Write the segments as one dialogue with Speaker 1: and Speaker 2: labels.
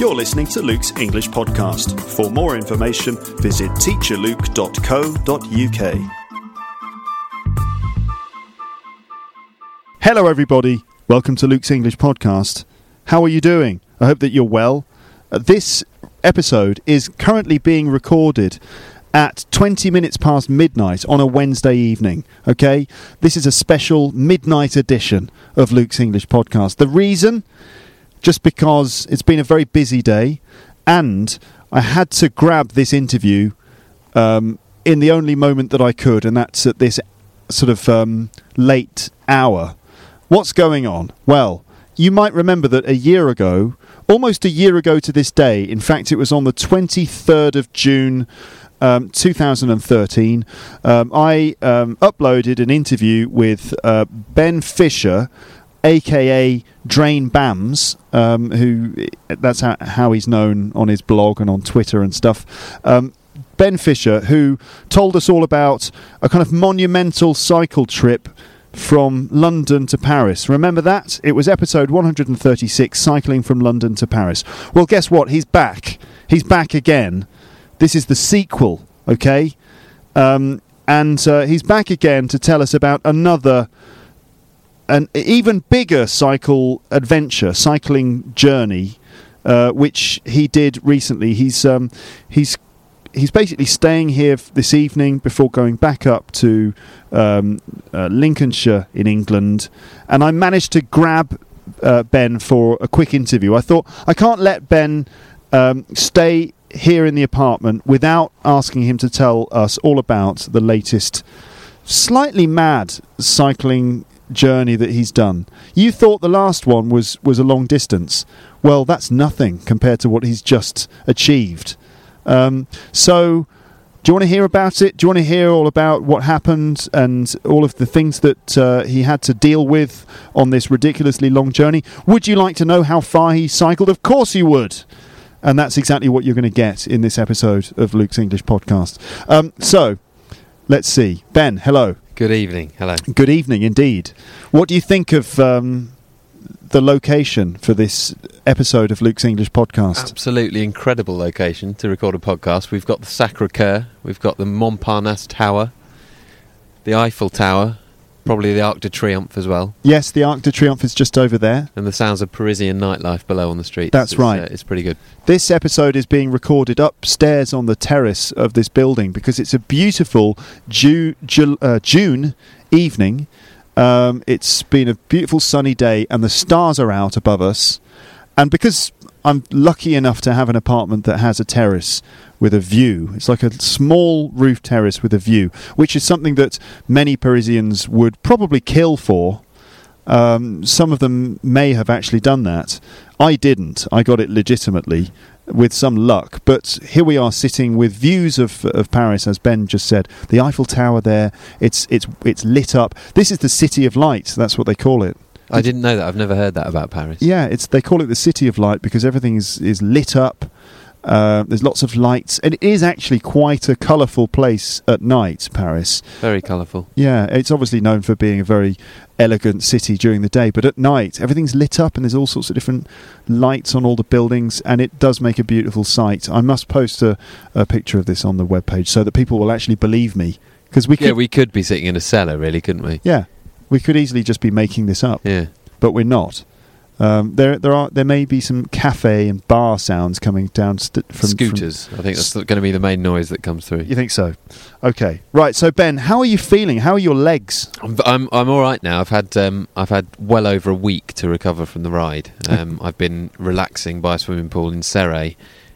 Speaker 1: You're listening to Luke's English podcast. For more information, visit teacherluke.co.uk. Hello, everybody. Welcome to Luke's English podcast. How are you doing? I hope that you're well. Uh, This episode is currently being recorded at 20 minutes past midnight on a Wednesday evening. Okay? This is a special midnight edition of Luke's English podcast. The reason just because it's been a very busy day and I had to grab this interview um, in the only moment that I could, and that's at this sort of um, late hour. What's going on? Well, you might remember that a year ago, almost a year ago to this day, in fact, it was on the 23rd of June. Um, 2013, um, I um, uploaded an interview with uh, Ben Fisher, aka Drain Bams, um, who that's how, how he's known on his blog and on Twitter and stuff. Um, ben Fisher, who told us all about a kind of monumental cycle trip from London to Paris. Remember that? It was episode 136, cycling from London to Paris. Well, guess what? He's back. He's back again. This is the sequel, okay? Um, and uh, he's back again to tell us about another an even bigger cycle adventure, cycling journey, uh, which he did recently. He's um, he's he's basically staying here f- this evening before going back up to um, uh, Lincolnshire in England, and I managed to grab uh, Ben for a quick interview. I thought I can't let Ben um, stay here in the apartment without asking him to tell us all about the latest slightly mad cycling journey that he's done. You thought the last one was was a long distance. Well, that's nothing compared to what he's just achieved. Um, so, do you want to hear about it? Do you want to hear all about what happened and all of the things that uh, he had to deal with on this ridiculously long journey? Would you like to know how far he cycled? Of course you would. And that's exactly what you're going to get in this episode of Luke's English podcast. Um, so, let's see. Ben, hello.
Speaker 2: Good evening. Hello.
Speaker 1: Good evening, indeed. What do you think of um, the location for this episode of Luke's English podcast?
Speaker 2: Absolutely incredible location to record a podcast. We've got the Sacre Coeur, we've got the Montparnasse Tower, the Eiffel Tower, probably the Arc de Triomphe as well,
Speaker 1: yes, the Arc de Triomphe is just over there.
Speaker 2: and the sounds of Parisian nightlife below on the streets.
Speaker 1: That's
Speaker 2: It's,
Speaker 1: right.
Speaker 2: uh, it's pretty good.
Speaker 1: This episode is being recorded upstairs on the terrace of this building because it's a beautiful Ju- Ju- uh, June evening. Um, it's been a beautiful sunny day, and the stars are out above us. And because I'm lucky enough to have an apartment that has a terrace with a view, it's like a small roof terrace with a view, which is something that many Parisians would probably kill for. Um, some of them may have actually done that. I didn't. I got it legitimately with some luck. But here we are sitting with views of, of Paris, as Ben just said. The Eiffel Tower there. It's it's it's lit up. This is the City of Light. That's what they call it.
Speaker 2: I didn't know that. I've never heard that about Paris.
Speaker 1: Yeah, it's they call it the City of Light because everything is is lit up. Uh, there's lots of lights, and it is actually quite a colourful place at night, Paris.
Speaker 2: Very colourful.
Speaker 1: Yeah, it's obviously known for being a very elegant city during the day, but at night everything's lit up and there's all sorts of different lights on all the buildings, and it does make a beautiful sight. I must post a, a picture of this on the webpage so that people will actually believe me because we could,
Speaker 2: Yeah, we could be sitting in a cellar, really, couldn't we?
Speaker 1: yeah, we could easily just be making this up,
Speaker 2: Yeah.
Speaker 1: but we're not. Um, there, there are there may be some cafe and bar sounds coming down st- from from-
Speaker 2: Scooters. I think that's going to be the main noise that comes through.
Speaker 1: you think so? Okay, right. So Ben, how are you feeling? How are your legs?
Speaker 2: I'm I'm I'm all right now. I've had um, I've had well over a week to recover from the ride. Um, I've been relaxing by a swimming pool in Serre,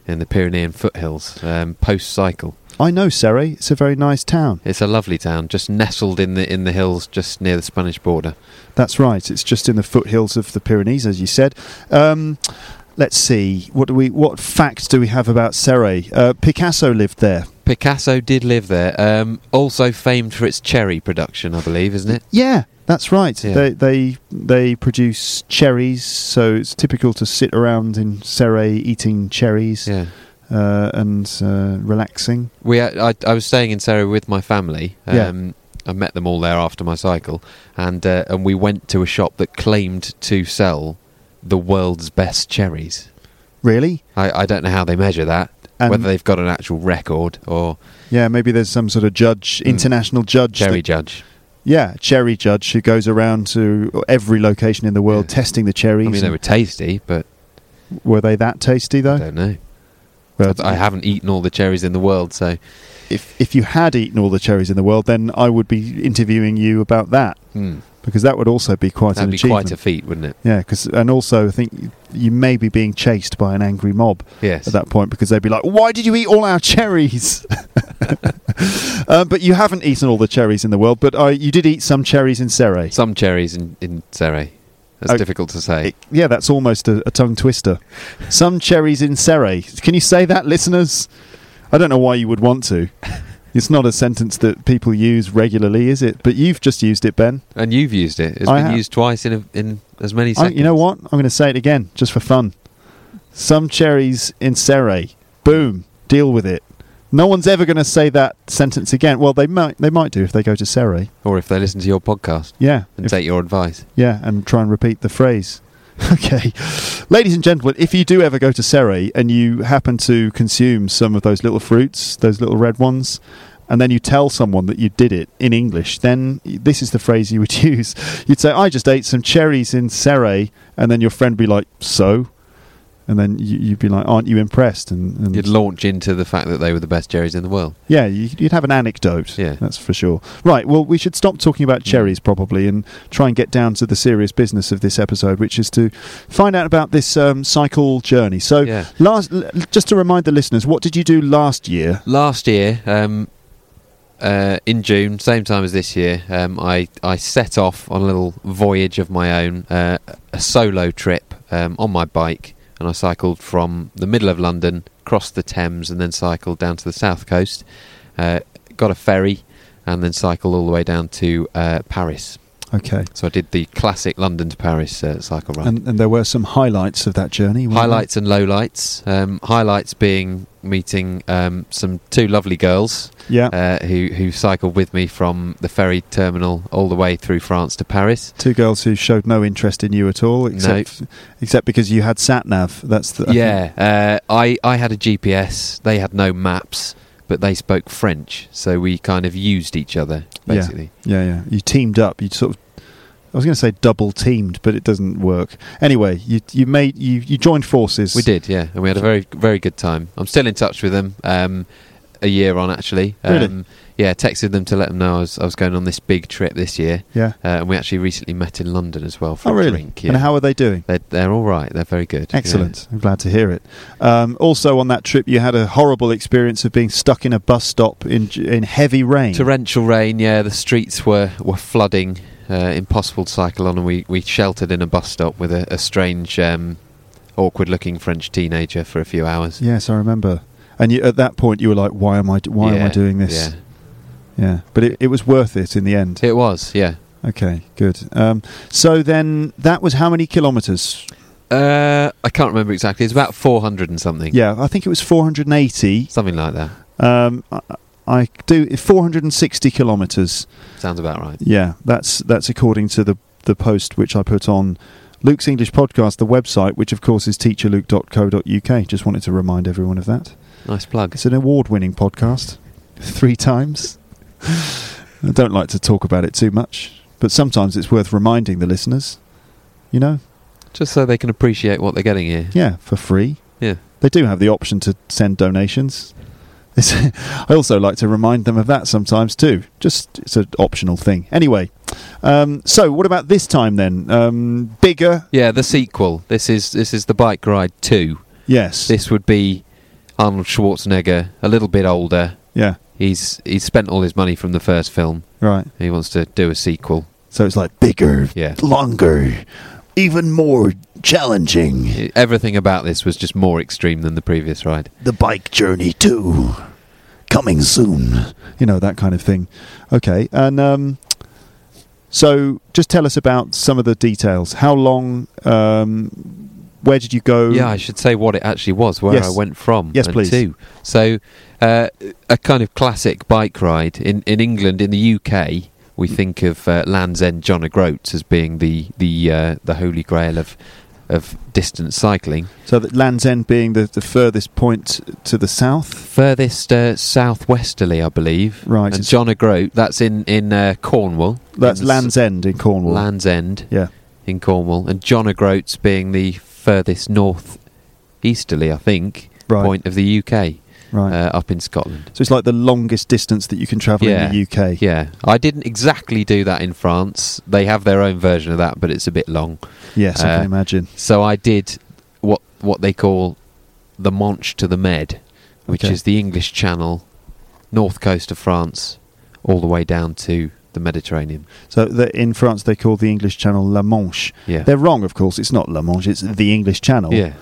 Speaker 2: in the Pyrenean foothills, um, post cycle.
Speaker 1: I know Serre. It's a very nice town.
Speaker 2: It's a lovely town, just nestled in the in the hills, just near the Spanish border.
Speaker 1: That's right. It's just in the foothills of the Pyrenees, as you said. Um, let's see. What do we? What facts do we have about Serre? Uh, Picasso lived there.
Speaker 2: Picasso did live there. Um, also famed for its cherry production, I believe, isn't it?
Speaker 1: Yeah, that's right.
Speaker 2: Yeah.
Speaker 1: They they they produce cherries, so it's typical to sit around in Serre eating cherries
Speaker 2: Yeah.
Speaker 1: uh, and uh, relaxing.
Speaker 2: We had, I, I was staying in Surrey with my family.
Speaker 1: Yeah.
Speaker 2: Um, I met them all there after my cycle, and uh, and we went to a shop that claimed to sell the world's best cherries.
Speaker 1: Really?
Speaker 2: I, I don't know how they measure that,
Speaker 1: And-
Speaker 2: whether they've got an actual record or
Speaker 1: Yeah, maybe there's some sort of judge, international judge.
Speaker 2: Hmm. cherry
Speaker 1: that-
Speaker 2: judge.
Speaker 1: yeah, cherry judge who goes around to every location in the world
Speaker 2: Yeah.
Speaker 1: testing the cherries.
Speaker 2: I mean, they were tasty, but
Speaker 1: Were they that tasty
Speaker 2: I
Speaker 1: though?
Speaker 2: don't know.
Speaker 1: Well,
Speaker 2: I haven't eaten all the cherries in the world, so
Speaker 1: if if you had eaten all the cherries in the world, then I would be interviewing you about that
Speaker 2: hmm,
Speaker 1: because that would also be quite
Speaker 2: that'd
Speaker 1: an
Speaker 2: be
Speaker 1: achievement.
Speaker 2: quite a feat, wouldn't it?
Speaker 1: yeah, 'cause- and also I think you- you may be being chased by an angry mob
Speaker 2: Yes.
Speaker 1: at that point because they'd be like, "Why did you eat all our cherries?" um, but you haven't eaten all the cherries in the world, but uh, you did eat some cherries in Serre.
Speaker 2: Some cherries in, in Surrey. That's
Speaker 1: Oh,
Speaker 2: difficult to say.
Speaker 1: It- yeah, that's almost a, a tongue twister. Some cherries in Serre. Can you say that, listeners? I don't know why you would want to. It's not a sentence that people use regularly, is it? But you've just used it, Ben.
Speaker 2: and you've used it. It's
Speaker 1: I
Speaker 2: been
Speaker 1: have.
Speaker 2: used twice in, a, in as many
Speaker 1: I,
Speaker 2: seconds.
Speaker 1: you know what? I'm going to say it again, just for fun. Some cherries in Serre. Boom. Deal with it. No one's ever going to say that sentence again. Well, they might. They might do if they go to Serre.
Speaker 2: Or if they listen to your podcast
Speaker 1: Yeah.
Speaker 2: and
Speaker 1: If-
Speaker 2: take your advice.
Speaker 1: Yeah, and try and repeat the phrase. Okay. Ladies and gentlemen, if you do ever go to Serre and you happen to consume some of those little fruits, those little red ones, and then you tell someone that you did it in English, then y- this is the phrase you would use. You'd say, I just ate some cherries in Serre, and then your friend would be like, So? And then you- you'd be like, Aren't you impressed? And, and
Speaker 2: You'd launch into the fact that they were the best cherries in the world.
Speaker 1: yeah, you- you'd have an anecdote.
Speaker 2: Yeah. Mm.
Speaker 1: that's for sure. Right. Well, we should stop talking about cherries probably and try and get down to the serious business of this episode, which is to find out about this um, cycle journey. So,
Speaker 2: Yeah.
Speaker 1: last, l- just to remind the listeners, what did you do last year?
Speaker 2: Last year, um, uh, in June, same time as this year, um, I, I set off on a little voyage of my own, uh, a solo trip um, on my bike, and I cycled from the middle of London, crossed the Thames, and then cycled down to the south coast. Uh, got a ferry, and then cycled all the way down to uh, Paris.
Speaker 1: Okay.
Speaker 2: So I did the classic London to Paris uh, cycle ride.
Speaker 1: And, and there were some highlights of that journey. weren't there?
Speaker 2: highlights and lowlights. Um, highlights being meeting um, some two lovely girls
Speaker 1: Yeah.
Speaker 2: uh, who who cycled with me from the ferry terminal all the way through France to Paris.
Speaker 1: Two girls who showed no interest in you at all, except except because you had sat nav. That's the, I think-
Speaker 2: yeah, uh, I I had a GPS. They had no maps, but they spoke French, so we kind of used each other
Speaker 1: Yeah.
Speaker 2: basically.
Speaker 1: Yeah, yeah. You teamed up. You sort of. I was going to say double teamed, but it doesn't work. Anyway, you you made you you joined forces.
Speaker 2: We did, yeah, and we had a very very good time. I'm still in touch with them. Um, a year on actually. Um,
Speaker 1: Really?
Speaker 2: Yeah, texted them to let them know I was I was going on this big trip this year.
Speaker 1: Yeah.
Speaker 2: Uh, and we actually recently met in London as well for
Speaker 1: Oh,
Speaker 2: a
Speaker 1: really?
Speaker 2: drink. Yeah.
Speaker 1: And how are they doing?
Speaker 2: they're, they're all right. They're very good. yeah.
Speaker 1: Excellent. I'm glad to hear it. Um, also, on that trip, you had a horrible experience of being stuck in a bus stop in in heavy rain.
Speaker 2: Torrential rain. Yeah, the streets were were flooding. Uh, impossible to cycle on, and we, we sheltered in a bus stop with a, a strange, um, awkward-looking French teenager for a few hours.
Speaker 1: yes, I remember. And you, at that point, you were like, "Why am I? d- Why am I
Speaker 2: Yeah,
Speaker 1: doing this?"
Speaker 2: yeah.
Speaker 1: Yeah. But it, it was worth it in the end.
Speaker 2: It was, yeah.
Speaker 1: Okay, good. Um, so then, that was how many kilometres?
Speaker 2: Uh, I can't remember exactly. It's about four hundred and something.
Speaker 1: Yeah, I think it was 480.
Speaker 2: something like that.
Speaker 1: Um, I, I do 460 kilometres.
Speaker 2: Sounds about right.
Speaker 1: Yeah, that's that's according to the the post which I put on Luke's English podcast, the website, which of course is teacherluke.co.uk. Just wanted to remind everyone of that.
Speaker 2: Nice plug.
Speaker 1: It's an award-winning podcast, three times. I don't like to talk about it too much, but sometimes it's worth reminding the listeners. You know,
Speaker 2: Just so they can appreciate what they're getting here.
Speaker 1: yeah, for free.
Speaker 2: Yeah.
Speaker 1: They do have the option to send donations. It's- I also like to remind them of that sometimes too. Just it's an optional thing. Anyway, um, so what about this time then? Um, bigger,
Speaker 2: Yeah, the sequel. This is this is the bike ride two.
Speaker 1: yes,
Speaker 2: This would be Arnold Schwarzenegger, a little bit older,
Speaker 1: Yeah.
Speaker 2: He's he's spent all his money from the first film.
Speaker 1: Right.
Speaker 2: and He wants to do a sequel.
Speaker 1: So it's like bigger,
Speaker 2: Yeah.
Speaker 1: longer, even more challenging.
Speaker 2: I- Everything about this was just more extreme than the previous ride.
Speaker 1: The bike journey too, coming soon. You know that kind of thing. Okay, and um, so just tell us about some of the details. How long? Um, where did you go?
Speaker 2: Yeah, I should say what it actually was, where
Speaker 1: Yes.
Speaker 2: I went from.
Speaker 1: Yes,
Speaker 2: and
Speaker 1: please.
Speaker 2: To. So, uh, a kind of classic bike ride in in England, in the UK. We
Speaker 1: Mm.
Speaker 2: think of uh, Land's End John O'Groats as being the the uh, the holy grail of of distance cycling.
Speaker 1: So that Land's End being the, the furthest point to the south.
Speaker 2: furthest uh, southwesterly, I believe.
Speaker 1: Right.
Speaker 2: And John O'Groat, that's in in uh, Cornwall.
Speaker 1: That's
Speaker 2: In the s-
Speaker 1: Land's End in Cornwall.
Speaker 2: Land's End
Speaker 1: Yeah.
Speaker 2: in Cornwall, and John O'Groats being the furthest north easterly, I think,
Speaker 1: Right.
Speaker 2: point of the UK,
Speaker 1: Right.
Speaker 2: uh, up in Scotland.
Speaker 1: so it's like the longest distance that you can travel in the UK.
Speaker 2: Yeah, I didn't exactly do that in France. They have their own version of that, but it's a bit long.
Speaker 1: Yes, I
Speaker 2: Uh,
Speaker 1: can imagine.
Speaker 2: So I did what what they call the Manche to the Med, which
Speaker 1: Okay.
Speaker 2: is the English Channel, north coast of France, all the way down to the Mediterranean.
Speaker 1: So the, in France, they call the English Channel La Manche.
Speaker 2: Yeah.
Speaker 1: They're wrong, of course. It's not La Manche. It's the English Channel.
Speaker 2: Yeah,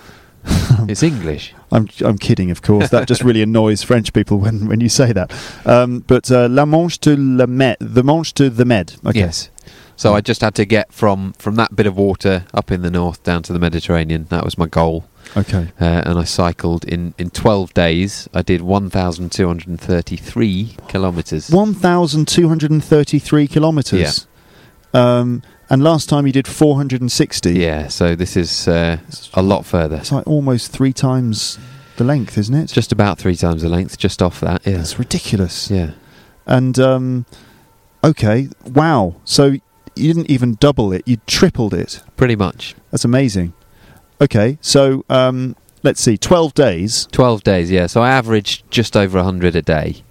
Speaker 2: it's English.
Speaker 1: I'm, I'm kidding, of course. That just really annoys French people when, when you say that. Um, but uh, La Manche to La Med, the Manche to the Med. Okay.
Speaker 2: Yes. So I just had to get from from that bit of water up in the north down to the Mediterranean. That was my goal,
Speaker 1: Okay.
Speaker 2: uh, and I cycled in in twelve days. I did one thousand two hundred thirty three kilometers.
Speaker 1: One thousand two hundred and thirty-three kilometres. Um, and last time you did four hundred and sixty.
Speaker 2: Yeah. So this is uh, a lot further.
Speaker 1: It's like almost three times the length, isn't it?
Speaker 2: It's just about three times the length, just off that. Yeah.
Speaker 1: That's ridiculous.
Speaker 2: Yeah.
Speaker 1: And um, okay, wow. So you didn't even double it; you tripled it.
Speaker 2: Pretty much.
Speaker 1: That's amazing. Okay, so um, let's see, twelve days,
Speaker 2: 12 days, yeah. So I averaged just over 100 a day.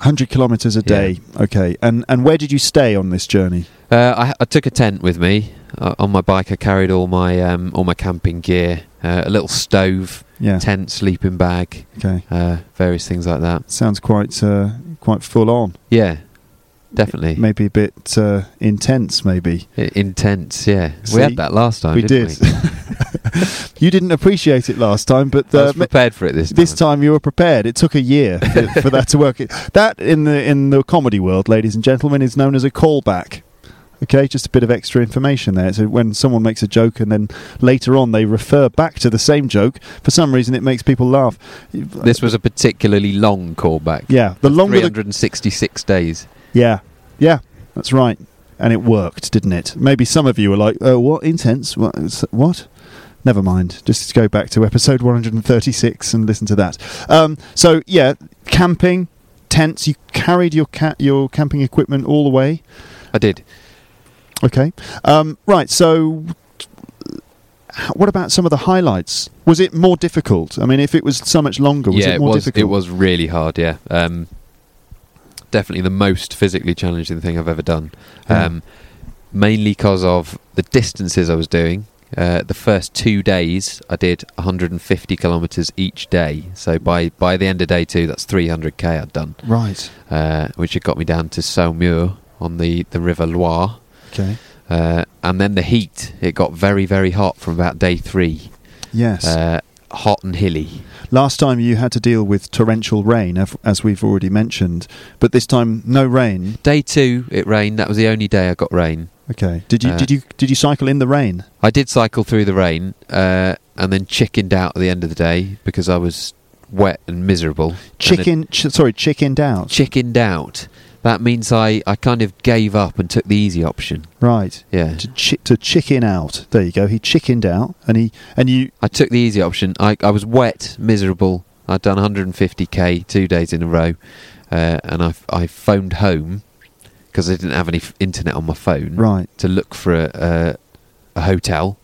Speaker 1: hundred kilometers a day. Okay, and and where did you stay on this journey?
Speaker 2: Uh, I, I took a tent with me. Uh, on my bike, I carried all my um, all my camping gear, uh, a little stove,
Speaker 1: Yeah.
Speaker 2: tent, sleeping bag,
Speaker 1: Okay,
Speaker 2: uh, various things like that.
Speaker 1: sounds quite uh, quite full on.
Speaker 2: Yeah, definitely.
Speaker 1: Maybe a bit uh, intense. Maybe
Speaker 2: I- Intense, yeah.
Speaker 1: See,
Speaker 2: we had that last time.
Speaker 1: we
Speaker 2: didn't
Speaker 1: did.
Speaker 2: We?
Speaker 1: you didn't appreciate it last time, but
Speaker 2: I
Speaker 1: uh,
Speaker 2: was prepared for it this time.
Speaker 1: this time you were prepared. It took a year for, for that to work. It- That in the in the comedy world, ladies and gentlemen, is known as a callback. Okay, just a bit of extra information there. So when someone makes a joke and then later on they refer back to the same joke, for some reason it makes people laugh.
Speaker 2: This was a particularly long callback.
Speaker 1: uh, yeah, the longer the
Speaker 2: 366 days.
Speaker 1: yeah yeah that's right, and it worked, didn't it? Maybe some of you were like, "Oh, what intense? What?" it's- what? Never mind. Just go back to episode 136 and listen to that. Um, so yeah, camping tents. You carried your ca- your camping equipment all the way.
Speaker 2: I did.
Speaker 1: Okay. Um, right. So, h- what about some of the highlights? Was it more difficult? I mean, if it was so much longer, was
Speaker 2: yeah,
Speaker 1: it more
Speaker 2: was.
Speaker 1: difficult?
Speaker 2: It was really hard. Yeah, um, definitely the most physically challenging thing I've ever done.
Speaker 1: Yeah.
Speaker 2: Um, mainly because of the distances I was doing. Uh, the first two days, I did 150 kilometers each day. So by by the end of day two, that's 300k I'd done,
Speaker 1: Right.
Speaker 2: uh, which had got me down to Saumur on the the River Loire.
Speaker 1: Okay.
Speaker 2: Uh, and then the heat, it got very, very hot from about day three.
Speaker 1: Yes.
Speaker 2: Uh, hot and hilly.
Speaker 1: Last time you had to deal with torrential rain, af- as we've already mentioned, but this time no rain.
Speaker 2: Day two, it rained. That was the only day I got rain.
Speaker 1: Okay. Did you
Speaker 2: Uh,
Speaker 1: did you did you cycle in the rain?
Speaker 2: I did cycle through the rain uh, and then chickened out at the end of the day because I was wet and miserable. And
Speaker 1: Chicken, ch- sorry, chickened
Speaker 2: it-
Speaker 1: out.
Speaker 2: chickened out. That means I, I kind of gave up and took the easy option.
Speaker 1: right.
Speaker 2: Yeah.
Speaker 1: To, chi- to chicken out. There you go. He chickened out, and he and you.
Speaker 2: I took the easy option. I, I was wet, miserable. I'd done 150k two days in a row uh, and I, f- I phoned home because I didn't have any f- internet on my phone
Speaker 1: Right.
Speaker 2: to look for a, a, a hotel.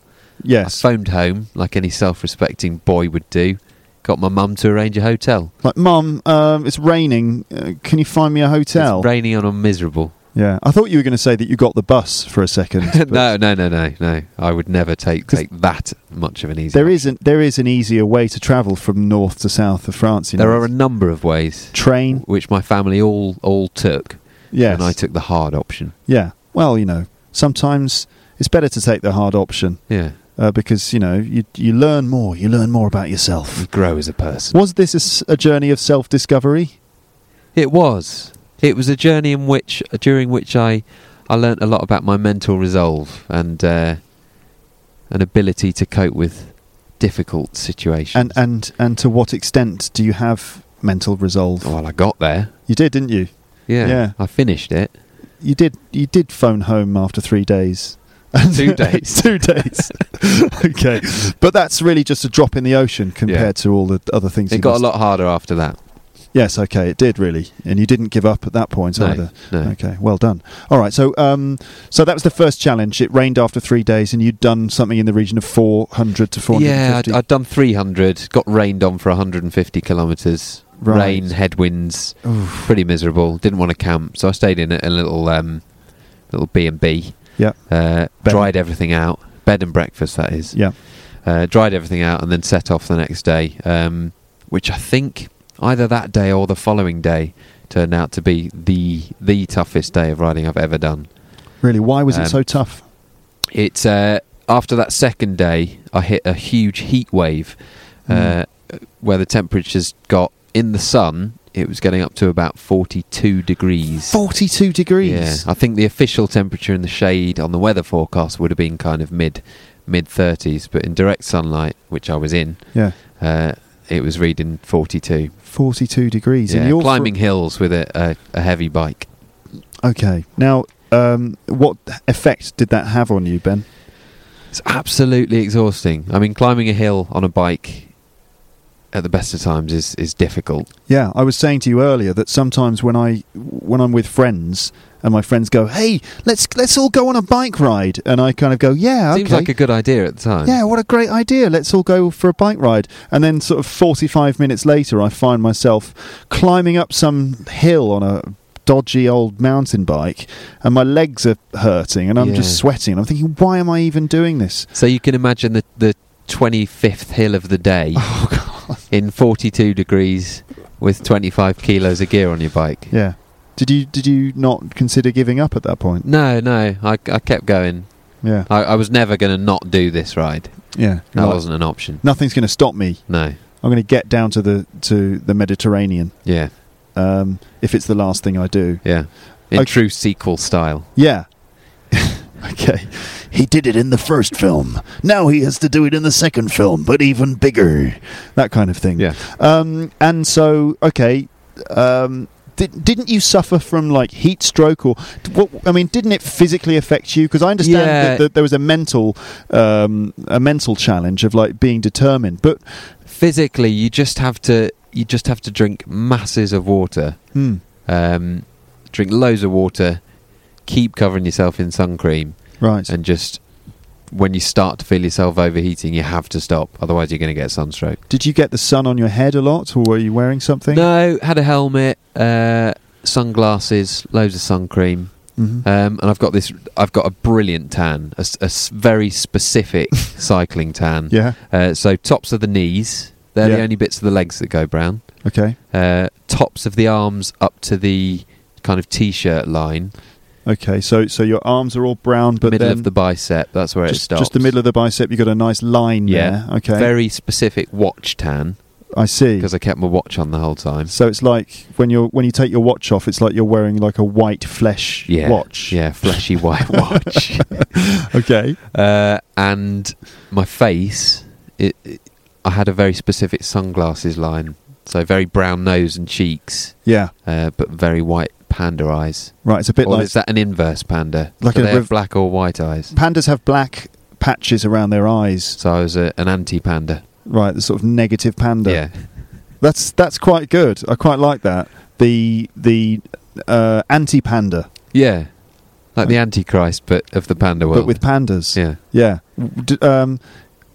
Speaker 1: Yes.
Speaker 2: I phoned home like any self respecting boy would do. Got my mum to arrange a hotel.
Speaker 1: Like, mum, um, it's raining. Uh, can you find me a hotel?
Speaker 2: It's raining and I'm miserable.
Speaker 1: Yeah, I thought you were going to say that you got the bus for a second. but
Speaker 2: no, no, no, no, no. I would never take take that much of an easy.
Speaker 1: there
Speaker 2: option.
Speaker 1: isn't. There is an easier way to travel from north to south of France. You
Speaker 2: There
Speaker 1: know.
Speaker 2: are a number of ways
Speaker 1: train.
Speaker 2: which my family all all took,
Speaker 1: Yes.
Speaker 2: and I took the hard option.
Speaker 1: yeah. Well, you know, sometimes it's better to take the hard option
Speaker 2: Yeah,
Speaker 1: uh, because you know you you learn more. You learn more about yourself.
Speaker 2: you grow as a person.
Speaker 1: Was this a s- a, journey of self-discovery?
Speaker 2: It was. It was a journey in which during which I I learnt a lot about my mental resolve and uh, an ability to cope with difficult situations.
Speaker 1: And and and to what extent do you have mental resolve?
Speaker 2: well, I got there.
Speaker 1: You did, didn't you?
Speaker 2: Yeah,
Speaker 1: Yeah.
Speaker 2: I finished it.
Speaker 1: You did. You did phone home after three days.
Speaker 2: Two days.
Speaker 1: two days. okay, but that's really just a drop in the ocean compared
Speaker 2: Yeah.
Speaker 1: to all the other things.
Speaker 2: It
Speaker 1: you
Speaker 2: got a
Speaker 1: must-
Speaker 2: lot harder after that.
Speaker 1: Yes. Okay, it did really, and you didn't give up at that point
Speaker 2: No,
Speaker 1: either.
Speaker 2: no.
Speaker 1: Okay. Well done. All right. So, um, so that was the first challenge. It rained after three days, and you'd done something in the region of four hundred to four hundred.
Speaker 2: Yeah, I'd, I'd done 300, got rained on for 150 kilometres.
Speaker 1: Right.
Speaker 2: Rain, headwinds, pretty miserable. Didn't want to camp, so I stayed in a, a little um, little B and B. uh,
Speaker 1: Yeah.
Speaker 2: Dried everything out, bed and breakfast that is.
Speaker 1: Yeah.
Speaker 2: Uh, dried everything out and then set off the next day, um, which I think either that day or the following day turned out to be the the toughest day of riding I've ever done.
Speaker 1: Really. Why was
Speaker 2: Um,
Speaker 1: it so tough?
Speaker 2: It's uh, after that second day, I hit a huge heat wave
Speaker 1: Hmm.
Speaker 2: uh, where the temperatures got in the sun. It was getting up to about 42 degrees.
Speaker 1: Forty-two
Speaker 2: Yeah,
Speaker 1: degrees.
Speaker 2: I think the official temperature in the shade on the weather forecast would have been kind of mid mid 30s, but in direct sunlight, which I was in,
Speaker 1: Yeah.
Speaker 2: uh, it was reading 42.
Speaker 1: Forty-two degrees.
Speaker 2: Yeah,
Speaker 1: and you're fr-
Speaker 2: climbing hills with a, a, a heavy bike.
Speaker 1: Okay. Now, um, what effect did that have on you, Ben?
Speaker 2: It's absolutely exhausting. I mean, climbing a hill on a bike at the best of times is, is difficult.
Speaker 1: Yeah, I was saying to you earlier that sometimes when I when I'm with friends and my friends go, "Hey, let's let's all go on a bike ride," and I kind of go, "Yeah,
Speaker 2: Seems
Speaker 1: okay."
Speaker 2: like a good idea at the time.
Speaker 1: yeah, what a great idea. Let's all go for a bike ride. And then, sort of 45 minutes later, I find myself climbing up some hill on a dodgy old mountain bike, and my legs are hurting, and I'm
Speaker 2: Yeah.
Speaker 1: just sweating. And I'm thinking, why am I even doing this?
Speaker 2: So you can imagine the, the 25th hill of the day
Speaker 1: Oh,
Speaker 2: in 42 degrees with 25 kilos of gear on your bike.
Speaker 1: Yeah. Did you did you not consider giving up at that point?
Speaker 2: No, no, I, I kept going.
Speaker 1: Yeah.
Speaker 2: I, I was never going to not do this ride.
Speaker 1: Yeah.
Speaker 2: That
Speaker 1: Like,
Speaker 2: wasn't an option.
Speaker 1: Nothing's going to stop me.
Speaker 2: No.
Speaker 1: I'm going to get down to the to the Mediterranean
Speaker 2: Yeah,
Speaker 1: um, if it's the last thing I do.
Speaker 2: yeah. In
Speaker 1: Okay.
Speaker 2: true sequel style.
Speaker 1: Yeah. okay. He did it in the first film. Now he has to do it in the second film, but even bigger. That kind of thing.
Speaker 2: Yeah.
Speaker 1: Um, and so, okay. Um, did, didn't you suffer from like heat stroke or what? I mean, didn't it physically affect you? Because I understand
Speaker 2: Yeah.
Speaker 1: that, that there was a mental, um, a mental challenge of like being determined. But
Speaker 2: Physically, you just have to you just have to drink masses of water.
Speaker 1: hmm,
Speaker 2: Um, drink loads of water. Keep covering yourself in sun cream.
Speaker 1: right,
Speaker 2: and just when you start to feel yourself overheating, you have to stop. Otherwise, you're going to get sunstroke.
Speaker 1: did you get the sun on your head a lot, or were you wearing something?
Speaker 2: No, had a helmet, uh, sunglasses, loads of sun cream,
Speaker 1: Mhm.
Speaker 2: um, and I've got this. I've got a brilliant tan, a, s- a s- very specific cycling tan.
Speaker 1: Yeah.
Speaker 2: Uh, so tops of the knees. They're the
Speaker 1: Yeah.
Speaker 2: only bits of the legs that go brown.
Speaker 1: Okay.
Speaker 2: Uh, tops of the arms up to the kind of t-shirt line.
Speaker 1: Okay, so so your arms are all brown, but
Speaker 2: middle
Speaker 1: then
Speaker 2: of the bicep. That's where it
Speaker 1: just,
Speaker 2: starts.
Speaker 1: just the middle of the bicep, you've got a nice line
Speaker 2: Yeah.
Speaker 1: there. Okay,
Speaker 2: Very specific watch tan.
Speaker 1: I see.
Speaker 2: because I kept my watch on the whole time.
Speaker 1: So it's like when you are when you take your watch off, it's like you're wearing like a white flesh
Speaker 2: Yeah,
Speaker 1: watch.
Speaker 2: Yeah, fleshy white watch.
Speaker 1: Okay.
Speaker 2: uh, and my face, it, it, I had a very specific sunglasses line, so very brown nose and cheeks,
Speaker 1: Yeah.
Speaker 2: uh, but very white panda eyes.
Speaker 1: Right. It's a bit
Speaker 2: or
Speaker 1: like
Speaker 2: is that an inverse panda?
Speaker 1: Like
Speaker 2: Do
Speaker 1: a
Speaker 2: they have
Speaker 1: rev-
Speaker 2: black or white eyes.
Speaker 1: pandas have black patches around their eyes.
Speaker 2: So I was a, an anti-panda.
Speaker 1: Right. The sort of negative panda.
Speaker 2: Yeah,
Speaker 1: That's that's quite good. I quite like that. The the uh, anti panda,
Speaker 2: yeah, like the Antichrist, but of the panda world.
Speaker 1: but with pandas.
Speaker 2: yeah,
Speaker 1: Yeah. D- um,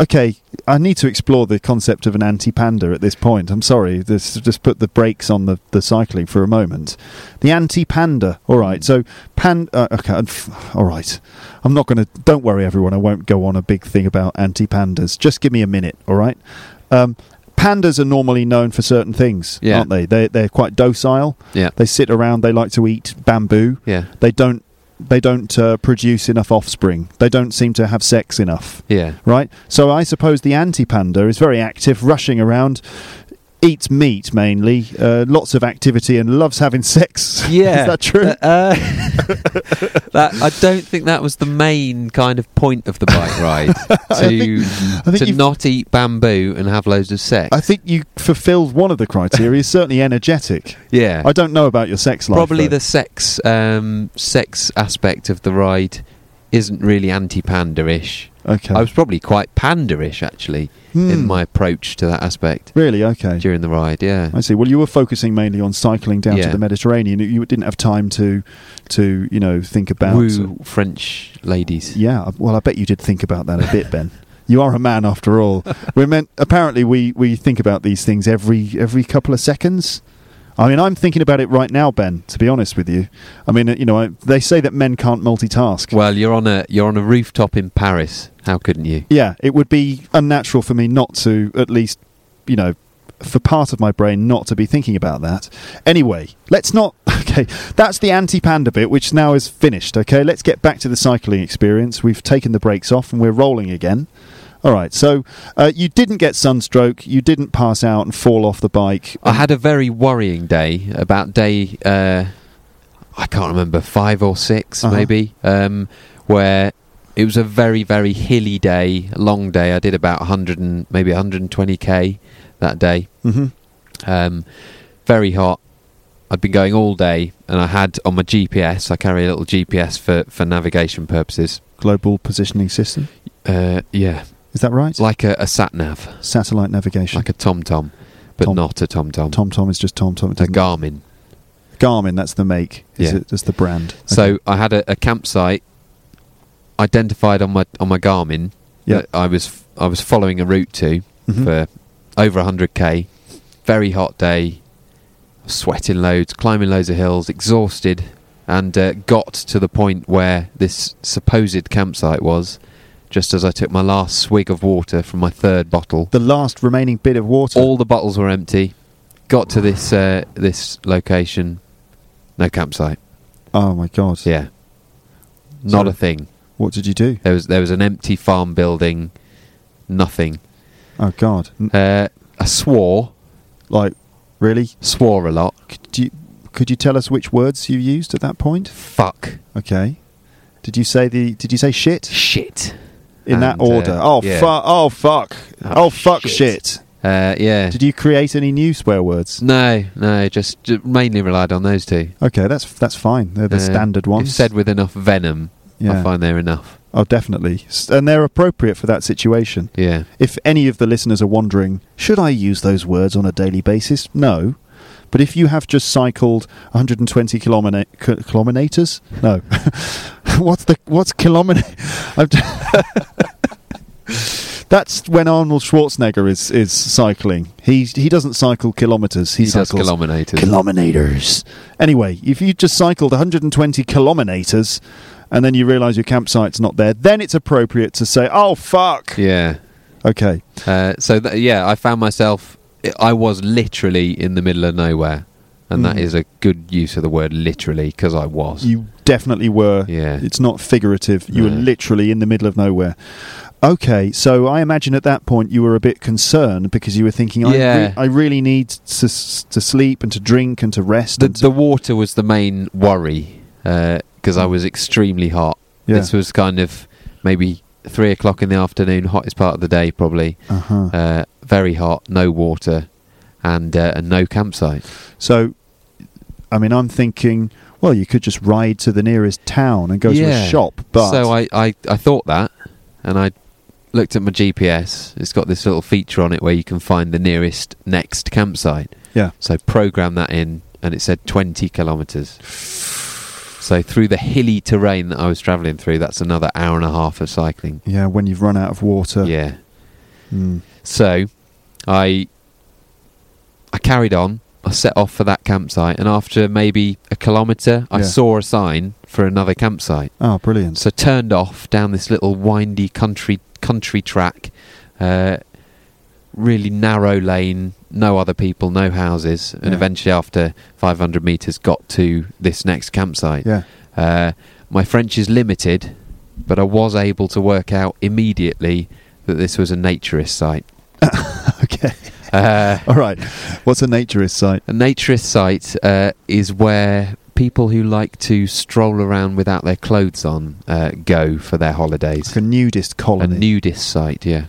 Speaker 1: okay, I need to explore the concept of an anti panda at this point. I'm sorry, this just put the brakes on the, the cycling for a moment. The anti panda. All right, so pan. Uh, okay, and f- all right. I'm not going to. Don't worry, everyone. I won't go on a big thing about anti pandas. Just give me a minute. All right. Um, pandas are normally known for certain things,
Speaker 2: Yeah.
Speaker 1: aren't they? They they're quite docile.
Speaker 2: Yeah.
Speaker 1: They sit around. They like to eat bamboo.
Speaker 2: Yeah.
Speaker 1: They don't. They don't uh, produce enough offspring. They don't seem to have sex enough
Speaker 2: Yeah.
Speaker 1: right? So I suppose the anti panda is very active, rushing around, eats meat mainly, uh, lots of activity, and loves having sex.
Speaker 2: Yeah.
Speaker 1: is that true?
Speaker 2: Uh, uh, that, I don't think that was the main kind of point of the bike ride. to
Speaker 1: think- think
Speaker 2: to
Speaker 1: you've-
Speaker 2: not eat bamboo and have loads of sex.
Speaker 1: I think you fulfilled one of the criteria. You're certainly energetic.
Speaker 2: yeah.
Speaker 1: I don't know about your sex life.
Speaker 2: Probably
Speaker 1: though.
Speaker 2: the sex um, sex aspect of the ride isn't really anti panda ish.
Speaker 1: okay.
Speaker 2: I was probably quite panda ish actually in
Speaker 1: Hmm.
Speaker 2: my approach to that aspect
Speaker 1: really okay.
Speaker 2: during the ride, yeah.
Speaker 1: I see. Well, you were focusing mainly on cycling down to
Speaker 2: Yeah.
Speaker 1: the Mediterranean. You didn't have time to, to you know, think about.
Speaker 2: Woo French ladies.
Speaker 1: Yeah, uh, well, I bet you did think about that a bit, Ben. You are a man after all. We're meant. Apparently, we we think about these things every every couple of seconds. I mean, I'm thinking about it right now, Ben. To be honest with you, I mean, uh, you know, I, they say that men can't multitask.
Speaker 2: Well, you're on a you're on a rooftop in Paris. How couldn't you?
Speaker 1: yeah, it would be unnatural for me not to at least, you know, for part of my brain not to be thinking about that. Anyway, let's not. Okay, that's the anti-panda bit, which now is finished. Okay, let's get back to the cycling experience. We've taken the brakes off and we're rolling again. All right, so uh, you didn't get sunstroke, you didn't pass out and fall off the bike.
Speaker 2: I had a very worrying day about day uh, I can't remember five or 6
Speaker 1: Uh-huh.
Speaker 2: maybe um, where it was a very very hilly day, a long day. I did about 100 and maybe 120k that day.
Speaker 1: hmm
Speaker 2: Um, very hot. I'd been going all day, and I had on my GPS. I carry a little GPS for for navigation purposes.
Speaker 1: Global positioning system,
Speaker 2: Uh, yeah,
Speaker 1: is that right?
Speaker 2: it's like a, a sat nav,
Speaker 1: Satellite navigation.
Speaker 2: like a TomTom, but
Speaker 1: Tom-
Speaker 2: not a TomTom.
Speaker 1: Tom Tom is just Tom Tom. It
Speaker 2: a
Speaker 1: doesn't-
Speaker 2: Garmin.
Speaker 1: Garmin, that's the make. Is
Speaker 2: Yeah.
Speaker 1: it, that's the brand.
Speaker 2: So I had a, a campsite identified on my on my Garmin
Speaker 1: Yeah.
Speaker 2: that I was f- I was following a route to
Speaker 1: Mhm.
Speaker 2: uh, for over 100k. Very hot day, sweating loads, climbing loads of hills, exhausted, and uh, got to the point where this supposed campsite was. Just as I took my last swig of water from my third bottle,
Speaker 1: the last remaining bit of water.
Speaker 2: all the bottles were empty. Got to this uh, this location, no campsite.
Speaker 1: Oh my god!
Speaker 2: Yeah, Uh, not
Speaker 1: So-
Speaker 2: a thing.
Speaker 1: What did you do?
Speaker 2: There was there was an empty farm building, nothing.
Speaker 1: Oh god! N-
Speaker 2: Uh, I swore,
Speaker 1: Like, really?
Speaker 2: swore a lot.
Speaker 1: Could you could you tell us which words you used at that point?
Speaker 2: Fuck,
Speaker 1: Okay. Did you say the? Did you say shit
Speaker 2: shit.
Speaker 1: in that
Speaker 2: And, uh,
Speaker 1: order? oh
Speaker 2: yeah.
Speaker 1: fuck! Oh fuck! Oh,
Speaker 2: Oh,
Speaker 1: fuck! Shit.
Speaker 2: shit. Uh, yeah.
Speaker 1: Did you create any new swear words?
Speaker 2: no, no, just, ju- mainly relied on those two.
Speaker 1: Okay, that's that's fine. They're the
Speaker 2: Uh,
Speaker 1: standard
Speaker 2: If
Speaker 1: ones.
Speaker 2: said with enough venom,
Speaker 1: Yeah.
Speaker 2: I find they're enough.
Speaker 1: oh, definitely, S- and they're appropriate for that situation.
Speaker 2: Yeah.
Speaker 1: If any of the listeners are wondering, should I use those words on a daily basis? No. But if you have just cycled 120 kilomina- ki- kilometers, no. what's the what's kilometer? I've d- That's when Arnold Schwarzenegger is is cycling. He he doesn't cycle kilometers. He,
Speaker 2: He does
Speaker 1: cycles
Speaker 2: kilometers.
Speaker 1: kilometers. Anyway, if you just cycled 120 kilometers and then you realize your campsite's not there, then it's appropriate to say, "Oh fuck."
Speaker 2: yeah.
Speaker 1: Okay.
Speaker 2: Uh, so th- yeah, I found myself. I was literally in the middle of nowhere, and that
Speaker 1: Mm.
Speaker 2: is a good use of the word literally because I was.
Speaker 1: You definitely were.
Speaker 2: Yeah.
Speaker 1: It's not figurative. You were
Speaker 2: No.
Speaker 1: literally in the middle of nowhere. Okay, so I imagine at that point you were a bit concerned because you were thinking, I,
Speaker 2: Yeah.
Speaker 1: I really need to, s- to sleep and to drink and to rest.
Speaker 2: the,
Speaker 1: and to-
Speaker 2: the water was the main worry because I was extremely hot.
Speaker 1: Yeah.
Speaker 2: This was kind of maybe three o'clock in the afternoon, hottest part of the day probably.
Speaker 1: Uh-huh.
Speaker 2: Uh, very hot, no water, and uh, and no campsite.
Speaker 1: So, I mean, I'm thinking, well, you could just ride to the nearest town and go to a
Speaker 2: Yeah.
Speaker 1: shop, but
Speaker 2: so I, I I thought that, and I looked at my GPS. It's got this little feature on it where you can find the nearest next campsite.
Speaker 1: yeah,
Speaker 2: So program that in, and it said 20 kilometres. So through the hilly terrain that I was travelling through, that's another hour and a half of cycling.
Speaker 1: yeah, when you've run out of water,
Speaker 2: Yeah.
Speaker 1: Mm.
Speaker 2: So I I carried on. I set off for that campsite, and after maybe a kilometre, I
Speaker 1: Yeah.
Speaker 2: saw a sign for another campsite.
Speaker 1: Oh, brilliant.
Speaker 2: So turned off down this little windy country country track, uh, really narrow lane, no other people, no houses, and
Speaker 1: Yeah.
Speaker 2: eventually after 500 metres, got to this next campsite.
Speaker 1: Yeah.
Speaker 2: Uh, my French is limited, but I was able to work out immediately that this was a naturist site.
Speaker 1: Okay.
Speaker 2: Uh,
Speaker 1: All right. What's a naturist site?
Speaker 2: a naturist site uh, is where people who like to stroll around without their clothes on uh, go for their holidays.
Speaker 1: Like a nudist
Speaker 2: A
Speaker 1: colony.
Speaker 2: nudist site, yeah.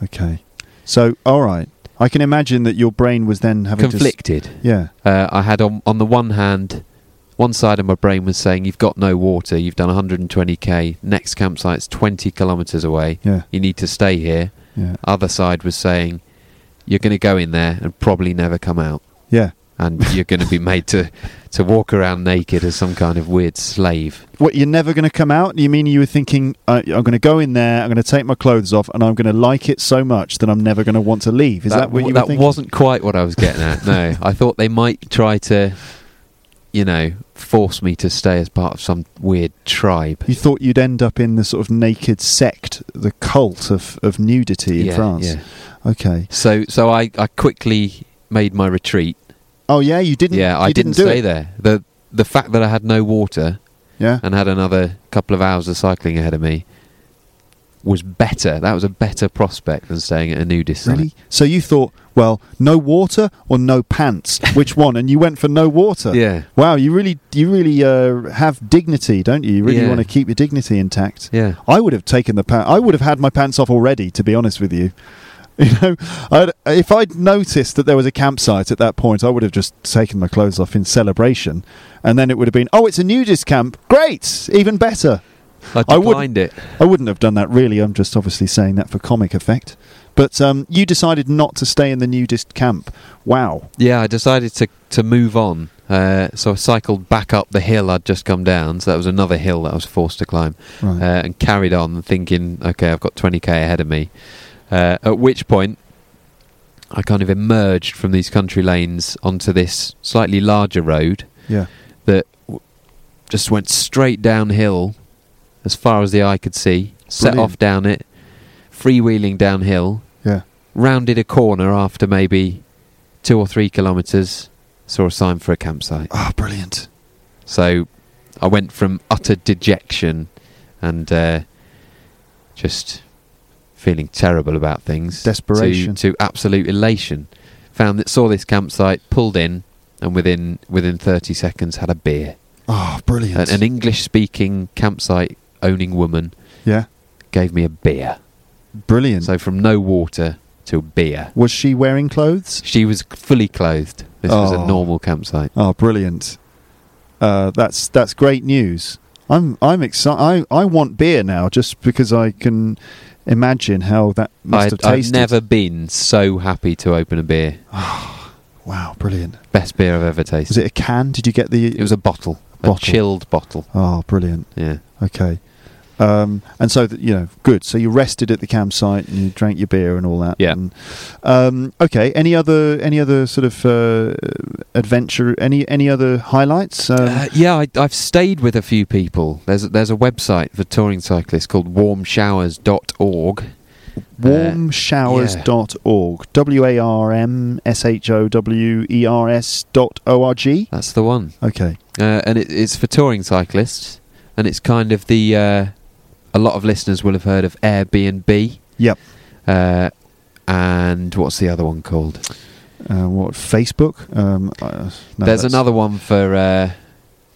Speaker 1: okay. So, all right. I can imagine that your brain was then having
Speaker 2: Conflicted.
Speaker 1: to. S- yeah.
Speaker 2: Uh, I had on on the one hand, one side of my brain was saying, "You've got no water. You've done 120k. Next campsite's 20 kilometres away.
Speaker 1: Yeah.
Speaker 2: You need to stay here."
Speaker 1: Yeah.
Speaker 2: Other side was saying, "You're going to go in there and probably never come out."
Speaker 1: Yeah.
Speaker 2: And you're going to be made to, to walk around naked as some kind of weird slave.
Speaker 1: What, you're never going to come out? You mean you were thinking, I I'm going to go in there, I'm going to take my clothes off, and I'm going to like it so much that I'm never going to want to leave? Is that, what
Speaker 2: wa-
Speaker 1: you were
Speaker 2: that
Speaker 1: thinking?
Speaker 2: wasn't quite what I was getting at. No, I thought they might try to, you know, force me to stay as part of some weird tribe.
Speaker 1: You thought you'd end up in the sort of naked sect, the cult of, of nudity in
Speaker 2: Yeah,
Speaker 1: France.
Speaker 2: yeah.
Speaker 1: Okay.
Speaker 2: So, so I, I quickly made my retreat.
Speaker 1: Oh yeah, you didn't.
Speaker 2: yeah, I
Speaker 1: you
Speaker 2: didn't,
Speaker 1: do
Speaker 2: stay
Speaker 1: it.
Speaker 2: there. the The fact that I had no water
Speaker 1: Yeah.
Speaker 2: and had another couple of hours of cycling ahead of me was better. That was a better prospect than staying at a nudist site.
Speaker 1: Really? So you thought, well, no water or no pants? Which one? And you went for no water.
Speaker 2: Yeah.
Speaker 1: Wow, you really, you really uh, have dignity, don't you? You really
Speaker 2: Yeah.
Speaker 1: want to keep your dignity intact.
Speaker 2: Yeah.
Speaker 1: I would have taken the pants. I would have had my pants off already, to be honest with you. You know, I'd, if I'd noticed that there was a campsite at that point, I would have just taken my clothes off in celebration, and then it would have been, oh, it's a nudist camp. Great, even better.
Speaker 2: I
Speaker 1: I wouldn't-
Speaker 2: declined it.
Speaker 1: I wouldn't have done that really. I'm just obviously saying that for comic effect. But um, you decided not to stay in the nudist camp. Wow.
Speaker 2: Yeah, I decided to to move on. Uh, so I cycled back up the hill I'd just come down. So that was another hill that I was forced to climb,
Speaker 1: Right.
Speaker 2: uh, and carried on, thinking, okay, I've got 20k ahead of me. Uh, at which point, I kind of emerged from these country lanes onto this slightly larger road
Speaker 1: yeah.
Speaker 2: that w- just went straight downhill as far as the eye could see. Set
Speaker 1: Brilliant.
Speaker 2: off down it, freewheeling downhill,
Speaker 1: Yeah.
Speaker 2: rounded a corner after maybe two or three kilometres, saw a sign for a campsite.
Speaker 1: Ah, brilliant.
Speaker 2: So I went from utter dejection and uh, just feeling terrible about things
Speaker 1: Desperation.
Speaker 2: to, to absolute elation. Found that saw this campsite, pulled in, and within within thirty seconds had a beer.
Speaker 1: Ah, brilliant.
Speaker 2: An, an English speaking campsite owning woman
Speaker 1: yeah.
Speaker 2: gave me a beer.
Speaker 1: Brilliant.
Speaker 2: So from no water to beer.
Speaker 1: was she wearing clothes?
Speaker 2: She was fully clothed. This was
Speaker 1: Oh.
Speaker 2: a normal campsite.
Speaker 1: Oh, brilliant. Uh, that's that's great news. I'm I'm excited. I, I want beer now just because I can imagine how that must
Speaker 2: I'd,
Speaker 1: have
Speaker 2: I've
Speaker 1: tasted.
Speaker 2: never been so happy to open a beer.
Speaker 1: Wow, brilliant.
Speaker 2: Best beer I've ever
Speaker 1: Was
Speaker 2: tasted.
Speaker 1: it a can? Did you get the?
Speaker 2: It was a bottle,
Speaker 1: Bottle.
Speaker 2: a chilled bottle.
Speaker 1: Oh, brilliant.
Speaker 2: Yeah,
Speaker 1: Okay. Um, and so, th- you know, good. So you rested at the campsite and you drank your beer and all that.
Speaker 2: Yeah.
Speaker 1: And, um, okay. Any other any other sort of uh, adventure? Any any other highlights? Um,
Speaker 2: uh, yeah. I, I've stayed with a few people. There's a, there's a website for touring cyclists called WarmShowers.org. Uh,
Speaker 1: warmshowers.org. W a r m s h o w e r s dot o r g.
Speaker 2: That's the one,
Speaker 1: Okay.
Speaker 2: uh, and it, it's for touring cyclists. And it's kind of the uh, a lot of listeners will have heard of Airbnb.
Speaker 1: Yep.
Speaker 2: Uh, and what's the other one called?
Speaker 1: Uh, what Facebook? Um, uh, no,
Speaker 2: There's
Speaker 1: that's-
Speaker 2: another one for uh,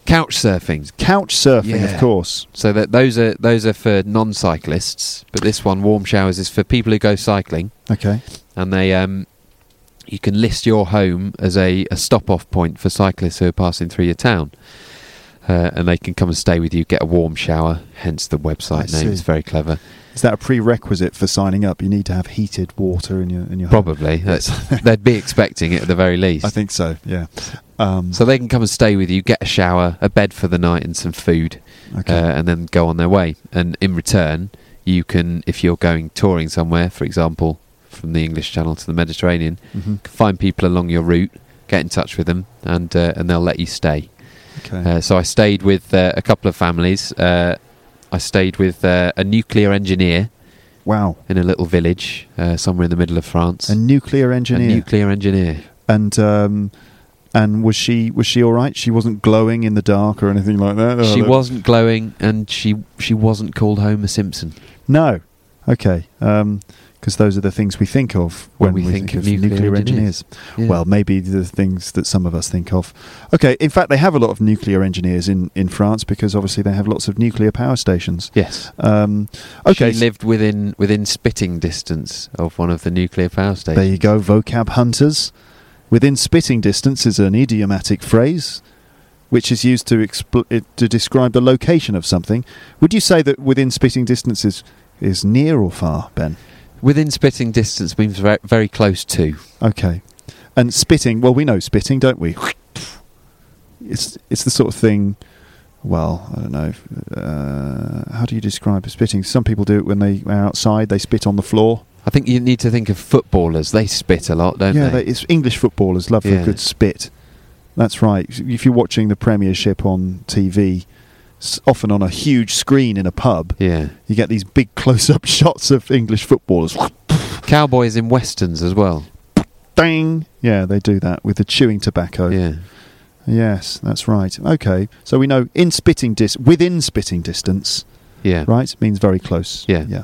Speaker 2: couch surfing.
Speaker 1: couch surfing, of
Speaker 2: Yeah.
Speaker 1: course.
Speaker 2: So that those are those are for non-cyclists, but this one, warm showers, is for people who go cycling,
Speaker 1: Okay.
Speaker 2: and they um, you can list your home as a, a stop-off point for cyclists who are passing through your town, uh, and they can come and stay with you, get a warm shower. Hence the website
Speaker 1: I see.
Speaker 2: name. It's very clever.
Speaker 1: Is that a prerequisite for signing up? You need to have heated water in your in your home.
Speaker 2: Probably that's, they'd be expecting it at the very least.
Speaker 1: I think so. Yeah. Um,
Speaker 2: so they can come and stay with you, get a shower, a bed for the night, and some food.
Speaker 1: okay.
Speaker 2: uh, and then go on their way. And in return, you can, if you're going touring somewhere, for example, from the English Channel to the Mediterranean.
Speaker 1: Mhm.
Speaker 2: Find people along your route, get in touch with them, and uh, and they'll let you stay.
Speaker 1: Okay.
Speaker 2: Uh, so I stayed with uh, a couple of families. Uh, I stayed with uh, a nuclear engineer
Speaker 1: wow.
Speaker 2: in a little village uh, somewhere in the middle of France.
Speaker 1: A nuclear engineer.
Speaker 2: A nuclear engineer.
Speaker 1: and um, and was she was she all right? She wasn't glowing in the dark or anything like that. Oh,
Speaker 2: she
Speaker 1: that-
Speaker 2: wasn't glowing, and she she wasn't called Homer Simpson.
Speaker 1: No. Okay. Because those are the things we think of when, we, think, of nuclear, engineers.
Speaker 2: Yeah.
Speaker 1: Well, maybe the things that some of us think of. Okay. In fact, they have a lot of nuclear engineers in, in France because obviously they have lots of nuclear power stations.
Speaker 2: yes.
Speaker 1: Um, okay.
Speaker 2: She lived within within spitting distance of one of the nuclear power stations.
Speaker 1: There you go, vocab hunters. Within spitting distance is an idiomatic phrase which is used to expl- eh, to describe the location of something. Would you say that within spitting distance is, is near or far, Ben?
Speaker 2: Within spitting distance means very, very close to.
Speaker 1: Okay. And spitting, well, we know spitting, don't we? It's, it's the sort of thing, well, I don't know. Uh, how do you describe spitting? Some people do it when they are outside, they spit on the floor.
Speaker 2: I think you need to think of footballers. They spit a lot, don't
Speaker 1: yeah,
Speaker 2: they?
Speaker 1: they- it's English footballers love
Speaker 2: Yeah.
Speaker 1: a good spit. That's right. If you're watching the Premiership on TV, s- often on a huge screen in a pub,
Speaker 2: yeah.
Speaker 1: you get these big close-up shots of English footballers.
Speaker 2: Cowboys in westerns as well.
Speaker 1: Dang! Yeah, they do that with the chewing tobacco.
Speaker 2: Yeah.
Speaker 1: Yes, that's right. Okay, so we know in spitting dis within spitting distance,
Speaker 2: Yeah.
Speaker 1: right? Means very close.
Speaker 2: Yeah.
Speaker 1: yeah.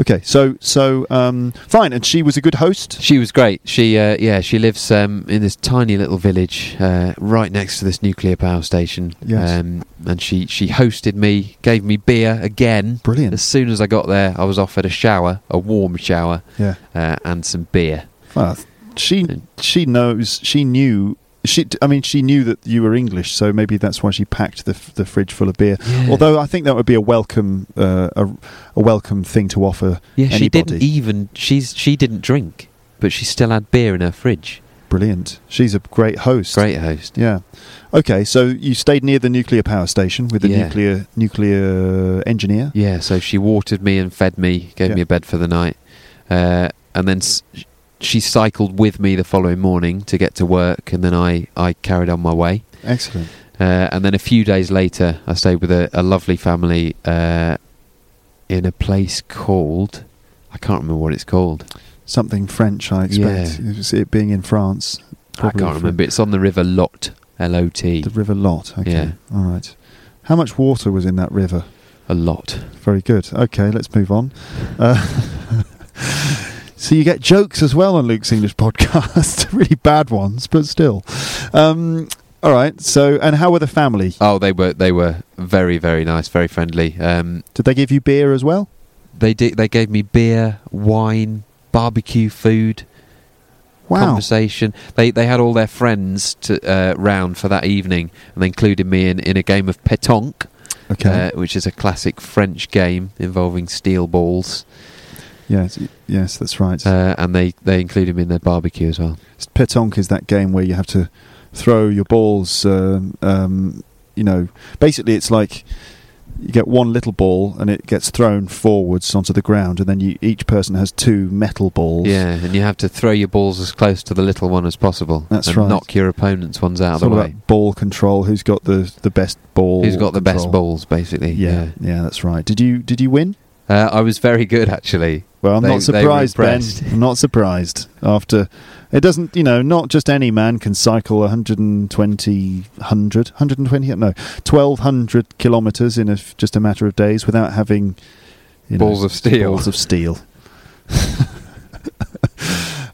Speaker 1: Okay, so so um, fine, and she was a good host.
Speaker 2: She was great. She, uh, yeah, she lives um, in this tiny little village uh, right next to this nuclear power station.
Speaker 1: Yes.
Speaker 2: Um, and she, she hosted me, gave me beer again.
Speaker 1: Brilliant.
Speaker 2: As soon as I got there, I was offered a shower, a warm shower,
Speaker 1: Yeah.
Speaker 2: uh, and some beer.
Speaker 1: Well, she
Speaker 2: And-
Speaker 1: she knows she knew she I mean she knew that you were English, so maybe that's why she packed the f- the fridge full of beer.
Speaker 2: Yeah.
Speaker 1: Although I think that would be a welcome uh, a, a welcome thing to offer
Speaker 2: Yeah,
Speaker 1: anybody.
Speaker 2: she didn't even she's she didn't drink, but she still had beer in her fridge.
Speaker 1: Brilliant. She's a great host.
Speaker 2: Great host.
Speaker 1: Yeah. Okay, so you stayed near the nuclear power station with the
Speaker 2: Yeah.
Speaker 1: nuclear nuclear engineer.
Speaker 2: Yeah, so she watered me and fed me, gave
Speaker 1: Yeah.
Speaker 2: me a bed for the night, uh, and then s- she cycled with me the following morning to get to work, and then I I carried on my way.
Speaker 1: Excellent.
Speaker 2: Uh, and then a few days later, I stayed with a, a lovely family uh, in a place called I can't remember what it's called.
Speaker 1: Something French, I expect. It was- It being in France.
Speaker 2: I
Speaker 1: probably
Speaker 2: can't
Speaker 1: French.
Speaker 2: remember. It's on the river Lot, L O T,
Speaker 1: The River Lot. Okay.
Speaker 2: Yeah.
Speaker 1: All right. How much water was in that river?
Speaker 2: a lot.
Speaker 1: Very good. Okay, let's move on. Uh, so you get jokes as well on Luke's English podcast, really bad ones, but still. Um, all right. So, and how were the family?
Speaker 2: Oh, they were they were very very nice, very friendly. Um,
Speaker 1: Did they give you beer as well?
Speaker 2: they did they gave me beer, wine, barbecue food,
Speaker 1: Wow.
Speaker 2: conversation. They they had all their friends to uh, round for that evening, and they included me in, in a game of pétanque,
Speaker 1: Okay.
Speaker 2: uh, which is a classic French game involving steel balls.
Speaker 1: yes. Yes, that's right.
Speaker 2: Uh, and they they included me in their barbecue as well.
Speaker 1: Petonk is that game where you have to throw your balls. Um, um, you know, basically, it's like you get one little ball and it gets thrown forwards onto the ground, and then you, each person has two metal balls.
Speaker 2: Yeah, and you have to throw your balls as close to the little one as possible.
Speaker 1: That's
Speaker 2: and
Speaker 1: right.
Speaker 2: Knock your opponent's ones out
Speaker 1: It's
Speaker 2: of
Speaker 1: all
Speaker 2: the way.
Speaker 1: about ball control. Who's got the, the best ball?
Speaker 2: Who's got the best
Speaker 1: control.
Speaker 2: balls, basically?
Speaker 1: Yeah, yeah, that's right. Did you did you win?
Speaker 2: yeah. Uh, I was very good actually.
Speaker 1: Well, I'm
Speaker 2: They-
Speaker 1: not
Speaker 2: they were
Speaker 1: surprised, Ben.
Speaker 2: impressed.
Speaker 1: I'm not surprised. After it doesn't, you know, not just any man can cycle 120, 100, 120, no, 1200 kilometers in a f just a matter of days without having you know,
Speaker 2: Balls of steel.
Speaker 1: Balls of steel.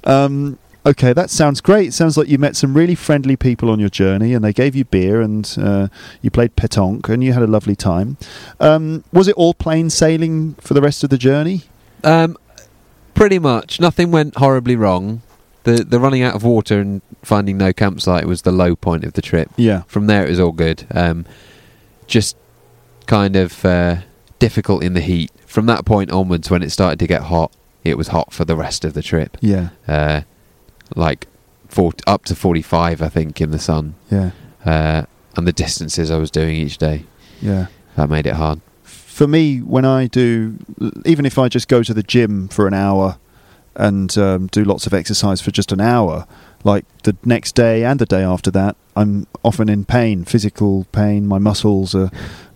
Speaker 1: um, okay, that sounds great. Sounds like you met some really friendly people on your journey, and they gave you beer, and uh, you played petanque, and you had a lovely time. Um, was it all plain sailing for the rest of the journey?
Speaker 2: Um, pretty much nothing went horribly wrong. The the running out of water and finding no campsite was the low point of the trip.
Speaker 1: Yeah.
Speaker 2: From there, it was all good. Um, just kind of uh, difficult in the heat. From that point onwards, when it started to get hot, it was hot for the rest of the trip.
Speaker 1: Yeah,
Speaker 2: Uh, like 40, up to forty five, I think, in the sun,
Speaker 1: yeah,
Speaker 2: uh, and the distances I was doing each day
Speaker 1: yeah.
Speaker 2: that made it hard.
Speaker 1: For me, when I do, even if I just go to the gym for an hour and um, do lots of exercise for just an hour, like the next day and the day after that, I'm often in pain, physical pain. My muscles are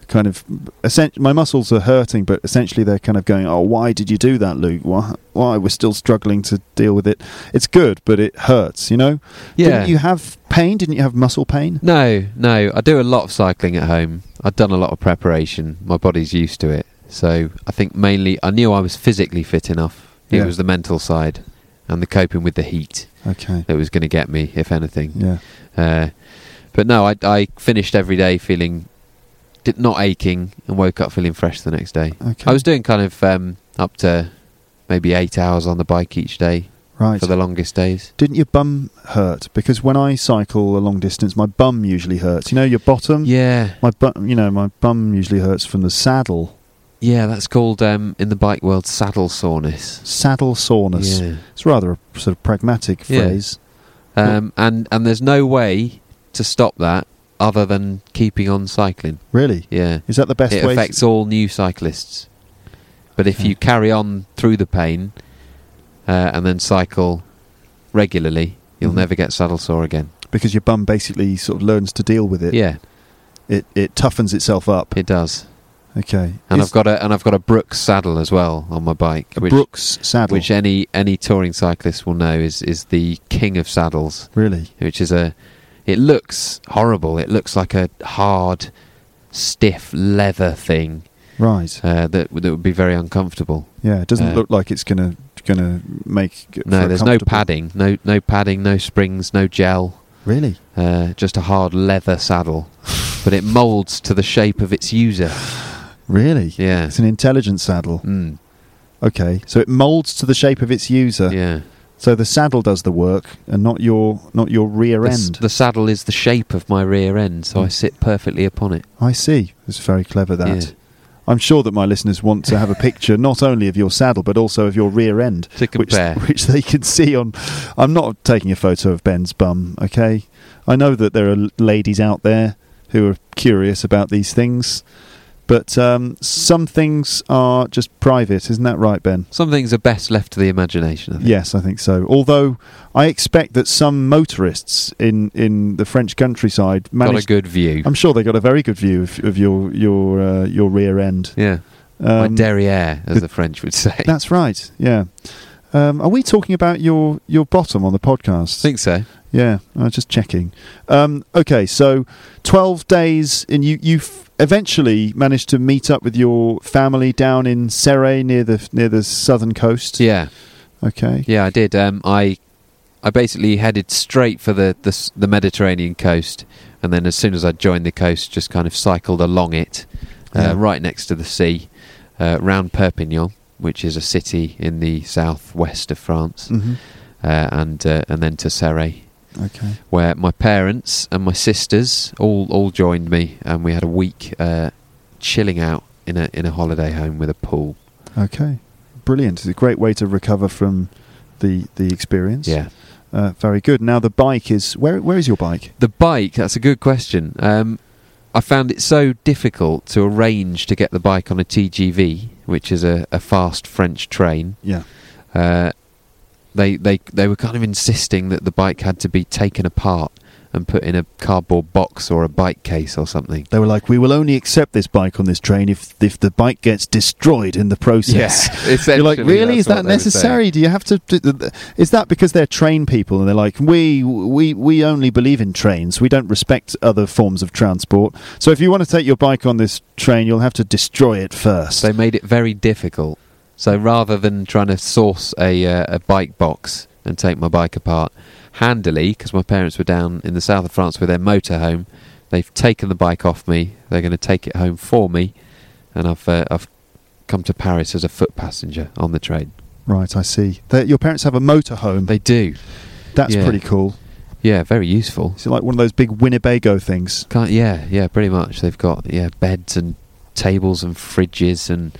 Speaker 1: kind of essen- my muscles are hurting, but essentially they're kind of going, "Oh, why did you do that, Luke? Why? Why we're still struggling to deal with it? It's good, but it hurts, you know."
Speaker 2: Yeah.
Speaker 1: Didn't you have pain? Didn't you have muscle pain?
Speaker 2: No, no. I do a lot of cycling at home. I've done a lot of preparation. My body's used to it. So I think mainly I knew I was physically fit enough. It
Speaker 1: Yeah.
Speaker 2: was the mental side and the coping with the heat
Speaker 1: Okay.
Speaker 2: that was going to get me, if anything.
Speaker 1: Yeah.
Speaker 2: Uh, but no, I, I finished every day feeling did, not aching and woke up feeling fresh the next day.
Speaker 1: Okay.
Speaker 2: I was doing kind of um, up to maybe eight hours on the bike each day
Speaker 1: right.
Speaker 2: for the longest days.
Speaker 1: Didn't your bum hurt? Because when I cycle a long distance, my bum usually hurts. You know, your bottom.
Speaker 2: Yeah,
Speaker 1: My bum, you know, my bum usually hurts from the saddle,
Speaker 2: yeah, that's called um, in the bike world saddle soreness.
Speaker 1: saddle soreness.
Speaker 2: Yeah.
Speaker 1: It's rather a sort of pragmatic
Speaker 2: Yeah.
Speaker 1: phrase.
Speaker 2: Um, and and there's no way to stop that other than keeping on cycling.
Speaker 1: Really,
Speaker 2: Yeah,
Speaker 1: is that the best
Speaker 2: it
Speaker 1: way? Hmm.
Speaker 2: affects all new cyclists. But if
Speaker 1: Okay.
Speaker 2: you carry on through the pain uh, and then cycle regularly, you'll
Speaker 1: Mhm.
Speaker 2: never get saddle sore again.
Speaker 1: because your bum basically sort of learns to deal with it.
Speaker 2: yeah,
Speaker 1: It it toughens itself up.
Speaker 2: it does.
Speaker 1: okay.
Speaker 2: And
Speaker 1: Is
Speaker 2: I've got a and I've got a Brooks saddle as well on my bike,
Speaker 1: a
Speaker 2: which
Speaker 1: Brooks saddle.
Speaker 2: which any any touring cyclist will know is is the king of saddles.
Speaker 1: really,
Speaker 2: which is a it looks horrible it looks like a hard stiff leather thing
Speaker 1: right?
Speaker 2: uh, that that would be very uncomfortable
Speaker 1: Yeah. It doesn't
Speaker 2: Uh,
Speaker 1: look like it's gonna gonna make. g- for
Speaker 2: no
Speaker 1: a
Speaker 2: there's no
Speaker 1: comfortable-
Speaker 2: padding no no padding no springs no gel
Speaker 1: Really.
Speaker 2: uh, just a hard leather saddle but it molds to the shape of its user
Speaker 1: Really.
Speaker 2: yeah
Speaker 1: It's an intelligent saddle.
Speaker 2: mm,
Speaker 1: Okay, so it molds to the shape of its user.
Speaker 2: yeah
Speaker 1: So the saddle does the work, and not your not your rear
Speaker 2: the, s-
Speaker 1: end.
Speaker 2: the saddle is the shape of my rear end so i sit perfectly upon it
Speaker 1: I see. It's very clever that.
Speaker 2: Yeah.
Speaker 1: I'm sure that my listeners want to have a picture not only of your saddle but also of your rear end,
Speaker 2: to
Speaker 1: which
Speaker 2: compare
Speaker 1: which they can see on. I'm not taking a photo of Ben's bum. Okay, I know that there are l- ladies out there who are curious about these things, but um, some things are just private, isn't that right, Ben?
Speaker 2: some things are best left to the imagination I think.
Speaker 1: Yes, I think so. Although I expect that some motorists in, in the French countryside
Speaker 2: got a
Speaker 1: managed. Um,
Speaker 2: good view
Speaker 1: I'm sure they got a very good view of, of your your uh, your rear end.
Speaker 2: yeah my
Speaker 1: Um,
Speaker 2: derriere, as
Speaker 1: the-
Speaker 2: the French would say. I
Speaker 1: that's right. Yeah. Um, are we talking about your your bottom on the podcast?
Speaker 2: think so.
Speaker 1: yeah, I was just checking. Um, okay, so twelve days, and you you f- eventually managed to meet up with your family down in Serre near the near the southern coast.
Speaker 2: Yeah,
Speaker 1: Okay.
Speaker 2: yeah, I did. Um, I, I basically headed straight for the, the s- the Mediterranean coast, and then as soon as I joined the coast, just kind of cycled along it, uh,
Speaker 1: Yeah.
Speaker 2: right next to the sea, uh, round Perpignan, which is a city in the southwest of France,
Speaker 1: hmm
Speaker 2: uh, and uh, and then to Serre,
Speaker 1: Okay.
Speaker 2: where my parents and my sisters all all joined me, and we had a week uh, chilling out in a in a holiday home with a pool.
Speaker 1: Okay, brilliant. It's a great way to recover from the the experience.
Speaker 2: Yeah.
Speaker 1: uh, very good. Now the bike is where? Where is your bike?
Speaker 2: The bike, that's a good question. Um, I found it so difficult to arrange to get the bike on a TGV, which is a, a fast French train.
Speaker 1: Yeah.
Speaker 2: Uh, they, they, they were kind of insisting that the bike had to be taken apart and put in a cardboard box or a bike case or something.
Speaker 1: They were like, we will only accept this bike on this train if if the bike gets destroyed in the process.
Speaker 2: essentially,
Speaker 1: You're like, really?
Speaker 2: that's
Speaker 1: Is that
Speaker 2: what they were saying.
Speaker 1: necessary? Do you have to? do- th- th- Is that because they're train people and they're like, we we we only believe in trains. We don't respect other forms of transport. So if you want to take your bike on this train, you'll have to destroy it first.
Speaker 2: They made it very difficult. So rather than trying to source a, uh, a bike box and take my bike apart handily, because my parents were down in the south of France with their motorhome, they've taken the bike off me. They're going to take it home for me, and I've uh, I've come to Paris as a foot passenger on the train.
Speaker 1: right, I see. they your parents have a motorhome.
Speaker 2: They do,
Speaker 1: That's
Speaker 2: yeah.
Speaker 1: pretty cool.
Speaker 2: yeah, very useful.
Speaker 1: Is it like one of those big Winnebago things?
Speaker 2: Can't, yeah, yeah, pretty much. They've got yeah beds and tables and fridges and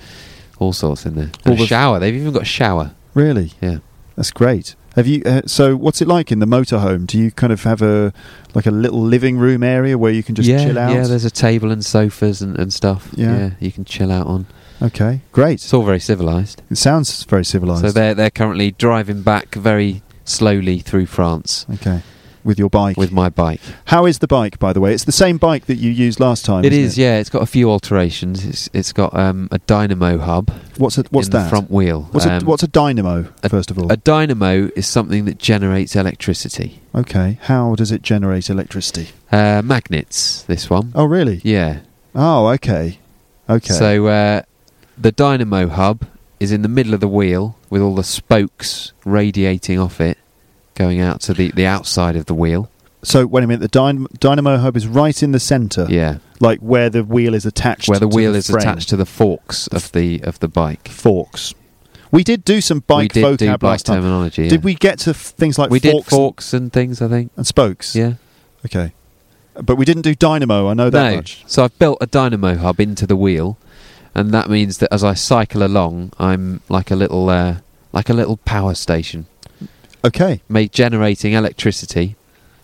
Speaker 2: all sorts in there.
Speaker 1: All
Speaker 2: And
Speaker 1: the-
Speaker 2: a shower. They've even got a shower.
Speaker 1: Really?
Speaker 2: Yeah.
Speaker 1: That's great. Have you? Uh, so, what's it like in the motorhome? Do you kind of have a like a little living room area where you can just
Speaker 2: yeah,
Speaker 1: chill out?
Speaker 2: Yeah, there's a table and sofas and, and stuff.
Speaker 1: Yeah.
Speaker 2: Yeah. you can chill out on.
Speaker 1: Okay, great.
Speaker 2: It's all very civilized.
Speaker 1: It sounds very civilized.
Speaker 2: So they're they're currently driving back very slowly through France
Speaker 1: okay, with your bike.
Speaker 2: with my bike.
Speaker 1: How is the bike, by the way? It's the same bike that you used last time.
Speaker 2: It
Speaker 1: isn't
Speaker 2: is, yeah. It's got a few alterations. It's it's got um, a dynamo hub
Speaker 1: What's a, what's
Speaker 2: in
Speaker 1: that?
Speaker 2: the front wheel.
Speaker 1: What's,
Speaker 2: Um,
Speaker 1: a, what's a dynamo?
Speaker 2: a-
Speaker 1: first of all,
Speaker 2: a dynamo is something that generates electricity.
Speaker 1: okay. How does it generate electricity?
Speaker 2: Uh, magnets. This one.
Speaker 1: Oh, really?
Speaker 2: Yeah.
Speaker 1: Oh, okay, okay.
Speaker 2: So uh, the dynamo hub is in the middle of the wheel with all the spokes radiating off it, going out to the, the outside of the wheel.
Speaker 1: So, wait a minute. The dyn- dynamo hub is right in the centre,
Speaker 2: Yeah,
Speaker 1: like where the wheel is attached.
Speaker 2: where the
Speaker 1: to
Speaker 2: wheel is
Speaker 1: frame.
Speaker 2: attached to the forks of the of the bike.
Speaker 1: forks. We did do some
Speaker 2: we
Speaker 1: bike
Speaker 2: did
Speaker 1: vocab
Speaker 2: do bike
Speaker 1: last time.
Speaker 2: terminology. yeah.
Speaker 1: Did we get to f- things like
Speaker 2: we
Speaker 1: forks,
Speaker 2: did forks and things. I think.
Speaker 1: and spokes?
Speaker 2: Yeah.
Speaker 1: Okay, but we didn't do dynamo. I know that
Speaker 2: no.
Speaker 1: much.
Speaker 2: So I've built a dynamo hub into the wheel, and that means that as I cycle along, I'm like a little uh, like a little power station,
Speaker 1: Okay.
Speaker 2: make generating electricity,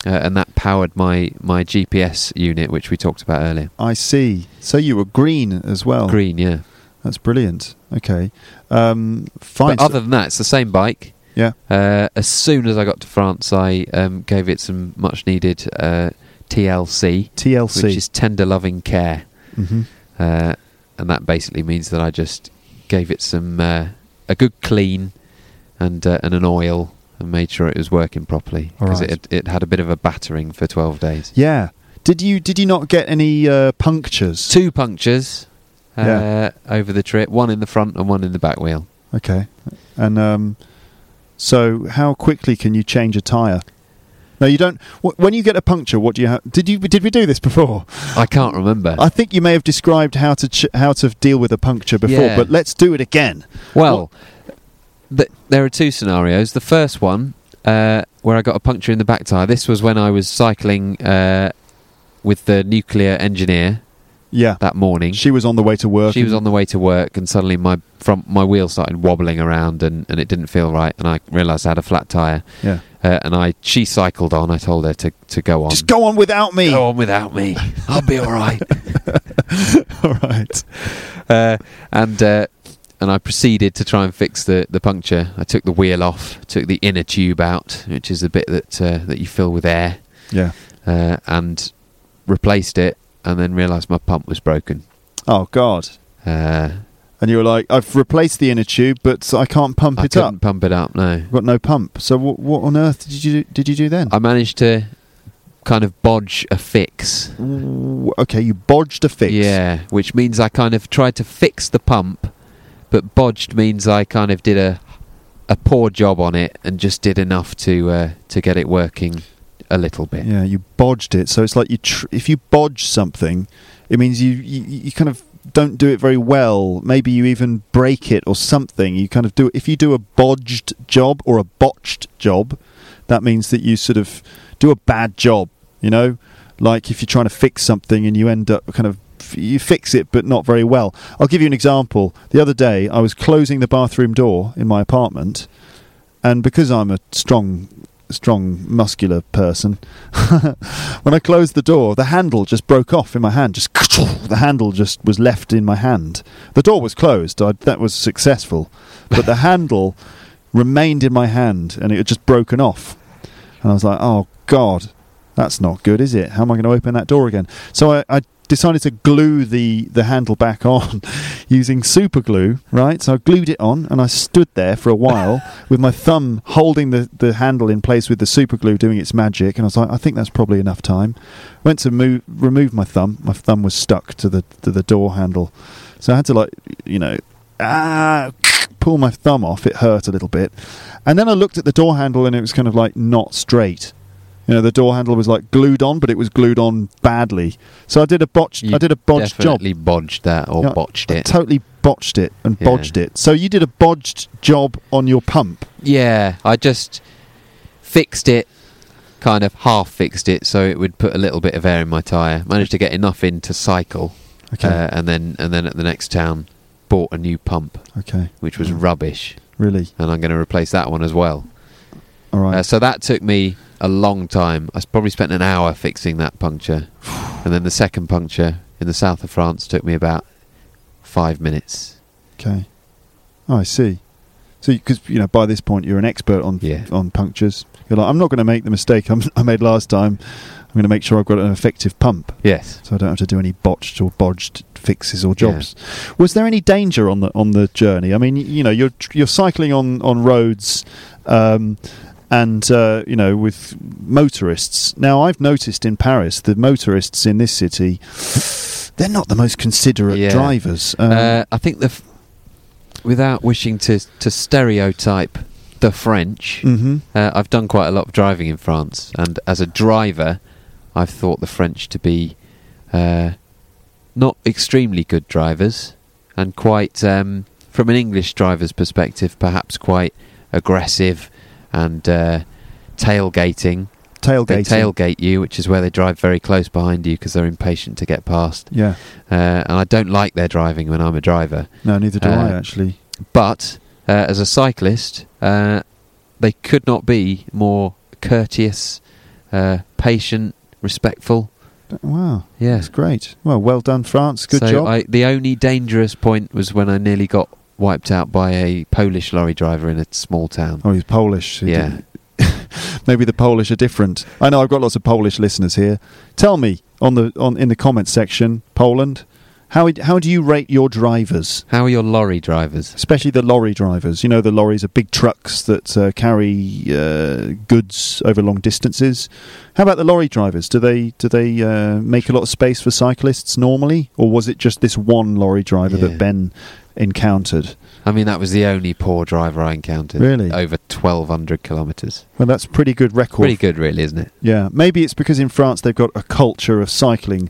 Speaker 2: uh, and that powered my my GPS unit, which we talked about earlier.
Speaker 1: I see. So you were green as well.
Speaker 2: Green, yeah.
Speaker 1: That's brilliant. Okay. Um, fine.
Speaker 2: But other than that, it's the same bike.
Speaker 1: yeah.
Speaker 2: Uh, as soon as I got to France, I um, gave it some much needed uh, TLC,
Speaker 1: TLC.
Speaker 2: which is tender loving care.
Speaker 1: Mhm.
Speaker 2: uh, and that basically means that I just gave it some uh, a good clean and uh, and an oil and made sure it was working properly
Speaker 1: All
Speaker 2: because
Speaker 1: right.
Speaker 2: it it had a bit of a battering for twelve days.
Speaker 1: Yeah. Did you did you not get any uh, punctures?
Speaker 2: Two punctures uh,
Speaker 1: Yeah.
Speaker 2: over the trip, one in the front and one in the back wheel.
Speaker 1: Okay. And um, so, how quickly can you change a tire? No, you don't. Wh- when you get a puncture, what do you have? Did you did we do this before?
Speaker 2: I can't remember.
Speaker 1: I think you may have described how to ch- how to deal with a puncture before,
Speaker 2: Yeah.
Speaker 1: but let's do it again.
Speaker 2: well, th- there are two scenarios. The first one. Uh, where I got a puncture in the back tyre. This was when I was cycling uh, with the nuclear engineer
Speaker 1: Yeah,
Speaker 2: that morning.
Speaker 1: she was on the way to work.
Speaker 2: She was on the way to work, and suddenly my front my wheel started wobbling around, and, and it didn't feel right. And I realised I had a flat tyre,
Speaker 1: Yeah,
Speaker 2: uh, and I she cycled on. I told her to, to go on,
Speaker 1: just go on without me.
Speaker 2: go on without me. I'll be all right.
Speaker 1: All right.
Speaker 2: uh, and uh, and I proceeded to try and fix the, the puncture. I took the wheel off, took the inner tube out, which is the bit that uh, that you fill with air,
Speaker 1: Yeah.
Speaker 2: uh, and replaced it, and then realised my pump was broken.
Speaker 1: Oh God.
Speaker 2: Uh,
Speaker 1: And you were like, I've replaced the inner tube, but I can't pump
Speaker 2: I
Speaker 1: it up.
Speaker 2: couldn't pump it up. No,
Speaker 1: I've got no pump. So wh- what on earth did you do, did you do then?
Speaker 2: I managed to kind of bodge a fix.
Speaker 1: W- okay, you bodged a fix.
Speaker 2: Yeah, which means I kind of tried to fix the pump, but bodged means I kind of did a a poor job on it and just did enough to uh, to get it working a little bit.
Speaker 1: Yeah, you bodged it. So it's like you tr- if you bodge something, it means you, you you kind of don't do it very well. Maybe you even break it or something. You kind of do if you do a bodged job or a botched job, that means that you sort of do a bad job. You know, like if you're trying to fix something and you end up kind of you fix it but not very well. I'll give you an example. The other day I was closing the bathroom door in my apartment and because I'm a strong, strong, muscular person, when I closed the door, the handle just broke off in my hand. Just the handle just was left in my hand. The door was closed. I, that was successful, but the handle remained in my hand, and it had just broken off. And I was like, "Oh God, that's not good, is it? How am I going to open that door again?" So I. I Decided to glue the, the handle back on using super glue, right? So I glued it on and I stood there for a while with my thumb holding the, the handle in place with the super glue doing its magic. And I was like, I think that's probably enough time. Went to move, remove my thumb. My thumb was stuck to the, to the door handle. So I had to, like, you know, ah, pull my thumb off. It hurt a little bit. And then I looked at the door handle and it was kind of like not straight. You know, the door handle was like glued on, but it was glued on badly. So I did a botched,
Speaker 2: You
Speaker 1: I did a bodged job.
Speaker 2: definitely bodged that or
Speaker 1: Yeah,
Speaker 2: botched
Speaker 1: I
Speaker 2: it.
Speaker 1: Totally botched it and
Speaker 2: Yeah.
Speaker 1: bodged it. So you did a bodged job on your pump.
Speaker 2: yeah, I just fixed it, kind of half fixed it, so it would put a little bit of air in my tyre. Managed to get enough in to cycle,
Speaker 1: Okay.
Speaker 2: uh, and then and then at the next town, bought a new pump,
Speaker 1: Okay.
Speaker 2: which was rubbish.
Speaker 1: Really?
Speaker 2: and I'm going to replace that one as well.
Speaker 1: All right.
Speaker 2: Uh, so that took me a long time. I s- probably spent an hour fixing that puncture, and then the second puncture in the south of France took me about five minutes.
Speaker 1: Okay. Oh, I see. So, because you know, by this point, you're an expert on
Speaker 2: Yeah.
Speaker 1: on punctures. You're like, I'm not going to make the mistake I'm, I made last time. I'm going to make sure I've got an effective pump,
Speaker 2: Yes.
Speaker 1: so I don't have to do any botched or bodged fixes or jobs. Was there any danger on the on the journey? I mean, y- you know, you're tr- you're cycling on on roads. Um, and uh, you know, with motorists. Now, I've noticed in Paris, the motorists in this city, they're not the most considerate
Speaker 2: Yeah.
Speaker 1: drivers. Um,
Speaker 2: uh, I think the, f- without wishing to to stereotype the French,
Speaker 1: hmm
Speaker 2: uh, I've done quite a lot of driving in France, and as a driver, I've thought the French to be uh, not extremely good drivers, and quite um, from an English driver's perspective, perhaps quite aggressive and uh, tailgating. They
Speaker 1: tailgating.
Speaker 2: tailgate you, which is where they drive very close behind you because they're impatient to get past.
Speaker 1: Yeah.
Speaker 2: Uh, and I don't like their driving when I'm a driver.
Speaker 1: No, neither do
Speaker 2: Uh,
Speaker 1: I actually.
Speaker 2: But uh, as a cyclist, uh, they could not be more courteous, uh, patient, respectful.
Speaker 1: Wow,
Speaker 2: Yeah.
Speaker 1: that's great. Well, well done, France. Good
Speaker 2: so
Speaker 1: job.
Speaker 2: I, the only dangerous point was when I nearly got wiped out by a Polish lorry driver in a small town.
Speaker 1: oh, he's Polish. He
Speaker 2: Yeah.
Speaker 1: didn't- Maybe the Polish are different. I know I've got lots of Polish listeners here. Tell me on the on in the comments section, Poland, how it- how do you rate your drivers?
Speaker 2: How are your lorry drivers?
Speaker 1: Especially the lorry drivers. You know, the lorries are big trucks that uh, carry uh, goods over long distances. How about the lorry drivers? Do they do they uh, make a lot of space for cyclists normally, or was it just this one lorry driver
Speaker 2: Yeah.
Speaker 1: that Ben encountered?
Speaker 2: I mean, that was the only poor driver I encountered.
Speaker 1: Really?
Speaker 2: Over 1,200 kilometres.
Speaker 1: Well, that's pretty good record.
Speaker 2: Pretty good, really, isn't it?
Speaker 1: Yeah, maybe it's because in France they've got a culture of cycling.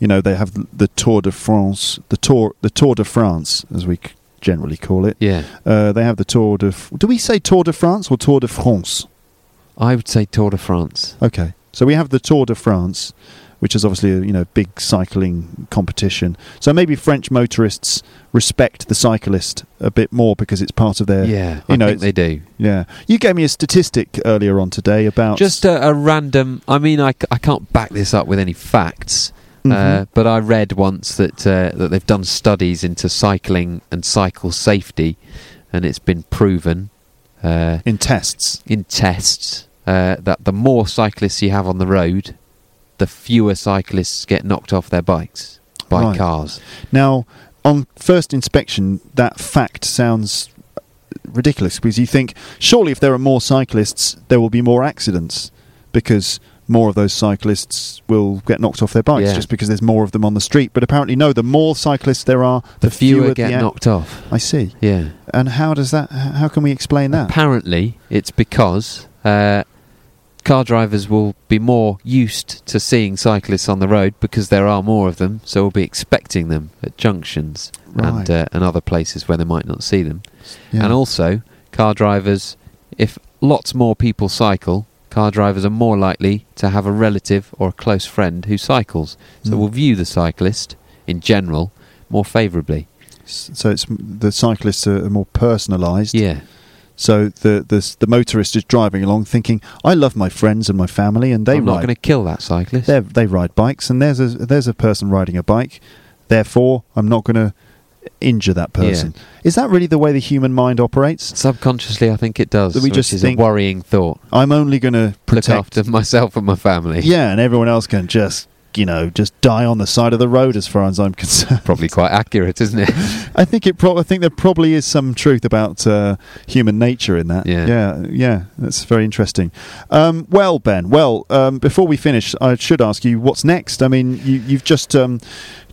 Speaker 1: You know, they have the Tour de France, the Tour, the Tour de France, as we c- generally call it.
Speaker 2: Yeah.
Speaker 1: Uh, they have the Tour de. F- Do we say Tour de France or Tour de France?
Speaker 2: I would say Tour de France.
Speaker 1: Okay, so we have the Tour de France, which is obviously a you know big cycling competition. So maybe French motorists respect the cyclist a bit more because it's part of their.
Speaker 2: Yeah,
Speaker 1: You
Speaker 2: I
Speaker 1: know,
Speaker 2: think
Speaker 1: it's-
Speaker 2: they do.
Speaker 1: yeah. You gave me a statistic earlier on today about
Speaker 2: Just uh, a, a random. I mean, I, c- I can't back this up with any facts, uh,
Speaker 1: Mhm.
Speaker 2: but I read once that uh, that they've done studies into cycling and cycle safety, and it's been proven uh,
Speaker 1: in tests.
Speaker 2: in tests uh, that the more cyclists you have on the road, the fewer cyclists get knocked off their bikes by
Speaker 1: Right.
Speaker 2: cars.
Speaker 1: Now, on first inspection, that fact sounds ridiculous because you think surely if there are more cyclists, there will be more accidents because more of those cyclists will get knocked off their bikes
Speaker 2: Yeah.
Speaker 1: just because there's more of them on the street. But apparently, no. The more cyclists there are, the,
Speaker 2: The fewer,
Speaker 1: fewer
Speaker 2: get
Speaker 1: the ac-
Speaker 2: knocked off.
Speaker 1: I see.
Speaker 2: Yeah.
Speaker 1: And how does that? h- How can we explain that?
Speaker 2: Apparently, it's because uh, car drivers will be more used to seeing cyclists on the road because there are more of them, so we'll be expecting them at junctions
Speaker 1: Right.
Speaker 2: and, uh, and other places where they might not see them.
Speaker 1: Yeah.
Speaker 2: And also, car drivers, if lots more people cycle, car drivers are more likely to have a relative or a close friend who cycles, so
Speaker 1: Mm.
Speaker 2: we'll view the cyclist in general more favourably.
Speaker 1: S- so it's the cyclists are more personalised.
Speaker 2: Yeah,
Speaker 1: So the, the s- the motorist is driving along, thinking, "I love my friends and my family, and they
Speaker 2: I'm not
Speaker 1: ride
Speaker 2: going to kill that cyclist.
Speaker 1: they they ride bikes, and there's a there's a person riding a bike. Therefore, I'm not going to injure that person. Is that really the way the human mind operates?
Speaker 2: Subconsciously, I think it does.
Speaker 1: That we
Speaker 2: which
Speaker 1: just
Speaker 2: is
Speaker 1: think-
Speaker 2: a worrying thought.
Speaker 1: I'm only going to protect.
Speaker 2: Look after myself and my family.
Speaker 1: Yeah, and everyone else can just you know just die on the side of the road, as far as I'm concerned.
Speaker 2: Probably quite accurate, isn't it?
Speaker 1: I think it. Pro- I think there probably is some truth about uh, human nature in that.
Speaker 2: Yeah.
Speaker 1: yeah, yeah, That's very interesting. Um, well, Ben. Well, um, before we finish, I should ask you what's next. I mean, you, you've just um,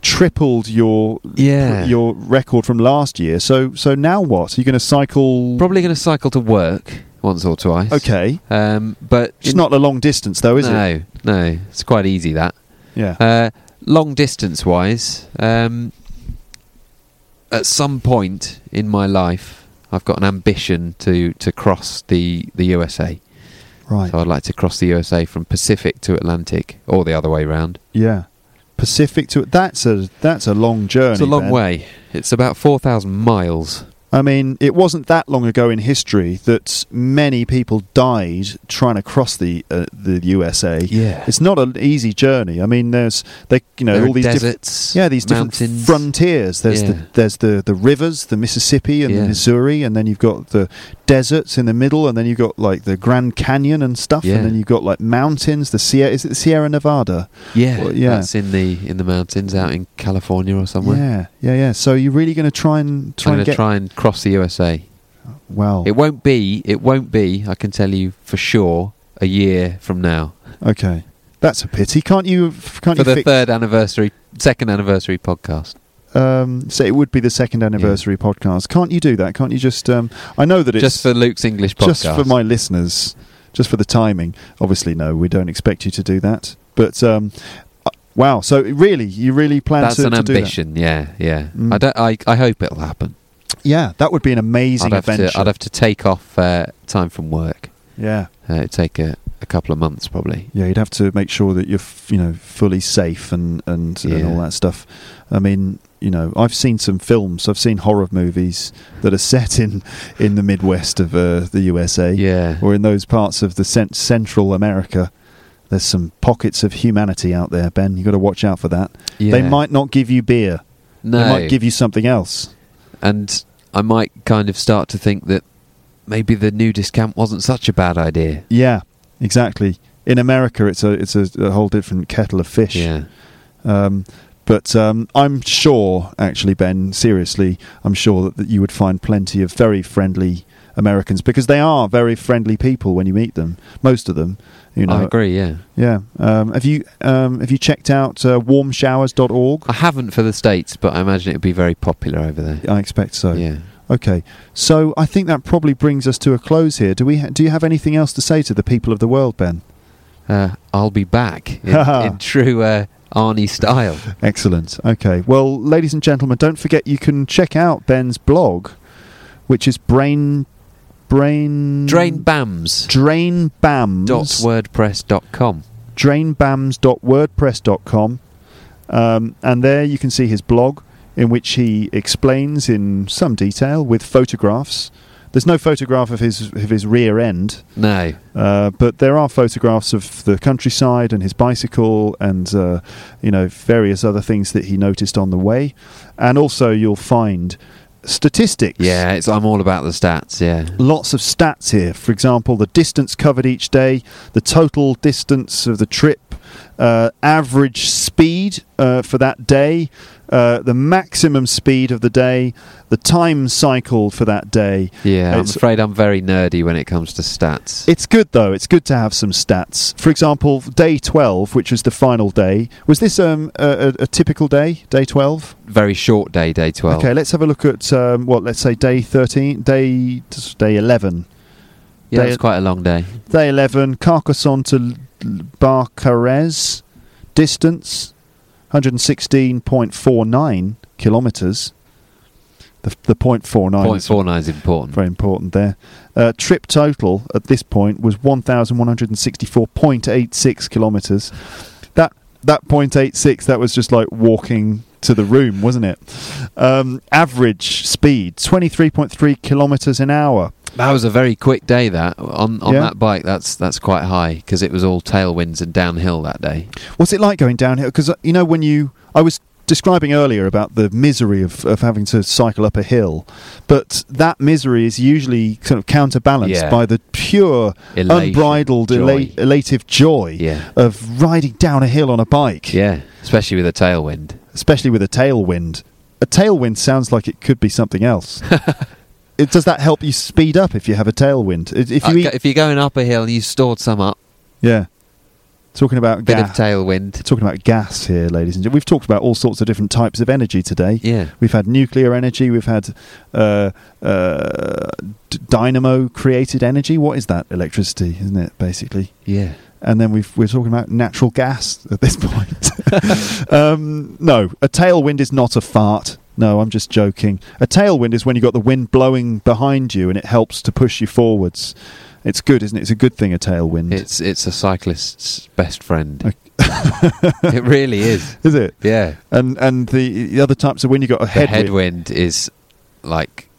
Speaker 1: tripled your
Speaker 2: Yeah.
Speaker 1: your record from last year. So so now what? Are you going to cycle?
Speaker 2: Probably going to cycle to work once or twice.
Speaker 1: Okay.
Speaker 2: Um, but
Speaker 1: It's not a long distance though, is
Speaker 2: no,
Speaker 1: it?
Speaker 2: no. It's quite easy that.
Speaker 1: Yeah.
Speaker 2: Uh, long distance wise, um, at some point in my life, I've got an ambition to to cross the the USA.
Speaker 1: right.
Speaker 2: So I'd like to cross the USA from Pacific to Atlantic, or the other way round.
Speaker 1: Yeah. Pacific to that's a that's a long journey.
Speaker 2: It's a long
Speaker 1: Ben.
Speaker 2: way. It's about 4,000 miles.
Speaker 1: I mean, it wasn't that long ago in history that many people died trying to cross the uh, the USA.
Speaker 2: Yeah.
Speaker 1: it's not an easy journey. I mean, there's they you know
Speaker 2: There are
Speaker 1: all these different
Speaker 2: deserts,
Speaker 1: yeah these different
Speaker 2: mountains.
Speaker 1: frontiers. There's
Speaker 2: Yeah.
Speaker 1: the there's the the rivers, the Mississippi and the
Speaker 2: Yeah.
Speaker 1: Missouri, and then you've got the deserts in the middle, and then you've got like the Grand Canyon and stuff,
Speaker 2: Yeah.
Speaker 1: and then you've got like mountains. The Sierra is it the Sierra Nevada?
Speaker 2: Yeah,
Speaker 1: Well, yeah.
Speaker 2: that's in the in the mountains out in California or somewhere.
Speaker 1: Yeah, yeah, yeah. So you're really going to try and
Speaker 2: I'm
Speaker 1: try
Speaker 2: going
Speaker 1: and
Speaker 2: to
Speaker 1: get
Speaker 2: try and cross the USA.
Speaker 1: well.
Speaker 2: It won't be. It won't be. I can tell you for sure. A year from now,
Speaker 1: Okay, that's a pity. Can't you? Can't you
Speaker 2: for the
Speaker 1: fix?
Speaker 2: third anniversary, second anniversary podcast.
Speaker 1: Um, so it would be the second anniversary podcast. Can't you do that? Can't you just? Um, I know that it's
Speaker 2: just for Luke's English podcast.
Speaker 1: just for my listeners, just for the timing. Obviously, no, we don't expect you to do that. But um, uh, wow, so really, you really plan
Speaker 2: That's
Speaker 1: to,
Speaker 2: an
Speaker 1: to do that?
Speaker 2: ambition. Yeah, yeah.
Speaker 1: Mm.
Speaker 2: I don't. I, I hope it'll happen.
Speaker 1: Yeah, that would be an amazing
Speaker 2: I'd have,
Speaker 1: adventure.
Speaker 2: to, I'd have to take off uh, time from work.
Speaker 1: yeah,
Speaker 2: Uh, it'd take a, a couple of months probably.
Speaker 1: yeah, you'd have to make sure that you're, f- you know, fully safe and and, and
Speaker 2: Yeah.
Speaker 1: all that stuff. I mean. You know, I've seen some films. I've seen horror movies that are set in in the Midwest of uh, the USA.
Speaker 2: Yeah.
Speaker 1: or in those parts of the cent- Central America, there's some pockets of humanity out there, Ben. You've got to watch out for that.
Speaker 2: yeah.
Speaker 1: They might not give you beer.
Speaker 2: No.
Speaker 1: They might give you something else.
Speaker 2: and I might kind of start to think that maybe the nudist camp wasn't such a bad idea.
Speaker 1: Yeah, exactly. In America, it's a it's a, a whole different kettle of fish.
Speaker 2: Yeah.
Speaker 1: Um, but um, I'm sure, actually, Ben, seriously, I'm sure that, that you would find plenty of very friendly Americans because they are very friendly people when you meet them. Most of them, you know.
Speaker 2: I agree, yeah.
Speaker 1: Yeah. Um, have you um, have you checked out uh, warmshowers.org?
Speaker 2: I haven't for the States, but I imagine it would be very popular over there.
Speaker 1: I expect so.
Speaker 2: Yeah.
Speaker 1: Okay. So I think that probably brings us to a close here. Do we? Ha- do you have anything else to say to the people of the world, Ben?
Speaker 2: Uh, I'll be back in, in true uh, Arnie style.
Speaker 1: Excellent. Okay. Well, ladies and gentlemen, don't forget you can check out Ben's blog, which is brain brain
Speaker 2: Drainbams.wordpress.com.
Speaker 1: drain bams drainbams.wordpress.com. Um, and there you can see his blog, in which he explains in some detail with photographs. There's no photograph of his of his rear end,
Speaker 2: No.
Speaker 1: uh, but there are photographs of the countryside and his bicycle, and uh, you know various other things that he noticed on the way. And also, you'll find statistics.
Speaker 2: Yeah, it's I'm all about the stats, yeah.
Speaker 1: Lots of stats here. For example, the distance covered each day, the total distance of the trip, uh, average speed uh, for that day, uh, the maximum speed of the day, the time cycle for that day.
Speaker 2: Yeah, I'm
Speaker 1: It's-
Speaker 2: afraid I'm very nerdy when it comes to stats.
Speaker 1: It's good though. It's good to have some stats. For example, day twelve, which was the final day, was this um, a, a, a typical day? Day twelve.
Speaker 2: very short day, day 12.
Speaker 1: Okay, let's have a look at um, what. Let's say day thirteen, day day eleven.
Speaker 2: yeah,
Speaker 1: day-
Speaker 2: it's quite a long day.
Speaker 1: Day 11, Carcassonne to L- L- Barcarès, distance 116.49 kilometres. The, the 0.49
Speaker 2: Point
Speaker 1: is
Speaker 2: four nine is important.
Speaker 1: very important there. Uh, trip total at this point was 1,164.86 kilometres. That, that 0.86, that was just like walking to the room, wasn't it? Um, average speed 23.3 kilometres an hour.
Speaker 2: That was a very quick day. That on on
Speaker 1: Yeah.
Speaker 2: that bike, that's that's quite high because it was all tailwinds and downhill that day.
Speaker 1: What's it like going downhill? Because you know when you, I was describing earlier about the misery of, of having to cycle up a hill, but that misery is usually sort of counterbalanced
Speaker 2: Yeah.
Speaker 1: by the pure,
Speaker 2: Elation,
Speaker 1: unbridled,
Speaker 2: joy.
Speaker 1: ela- elative joy
Speaker 2: Yeah.
Speaker 1: of riding down a hill on a bike,
Speaker 2: Yeah, especially with a tailwind.
Speaker 1: especially with a tailwind. A tailwind sounds like it could be something else. it, does that help you speed up if you have a tailwind? If if
Speaker 2: Uh,
Speaker 1: you
Speaker 2: go-
Speaker 1: eat,
Speaker 2: if you're going up a hill, you stored some up.
Speaker 1: yeah. Talking about
Speaker 2: Bit
Speaker 1: gas.
Speaker 2: of tailwind.
Speaker 1: talking about gas here, ladies and gentlemen. We've talked about all sorts of different types of energy today.
Speaker 2: Yeah.
Speaker 1: We've had nuclear energy. We've had uh, uh, d- dynamo created energy. What is that? Electricity, isn't it? Basically.
Speaker 2: Yeah.
Speaker 1: And then we've, we're talking about natural gas at this point. um, no, a tailwind is not a fart. No, I'm just joking. A tailwind is when you've got the wind blowing behind you and it helps to push you forwards. It's good, isn't it? It's a good thing, a tailwind.
Speaker 2: It's it's a cyclist's best friend.
Speaker 1: Ok.
Speaker 2: it really is.
Speaker 1: is it?
Speaker 2: Yeah.
Speaker 1: And and the, the other types of wind, you've got a
Speaker 2: The
Speaker 1: headwind.
Speaker 2: headwind is like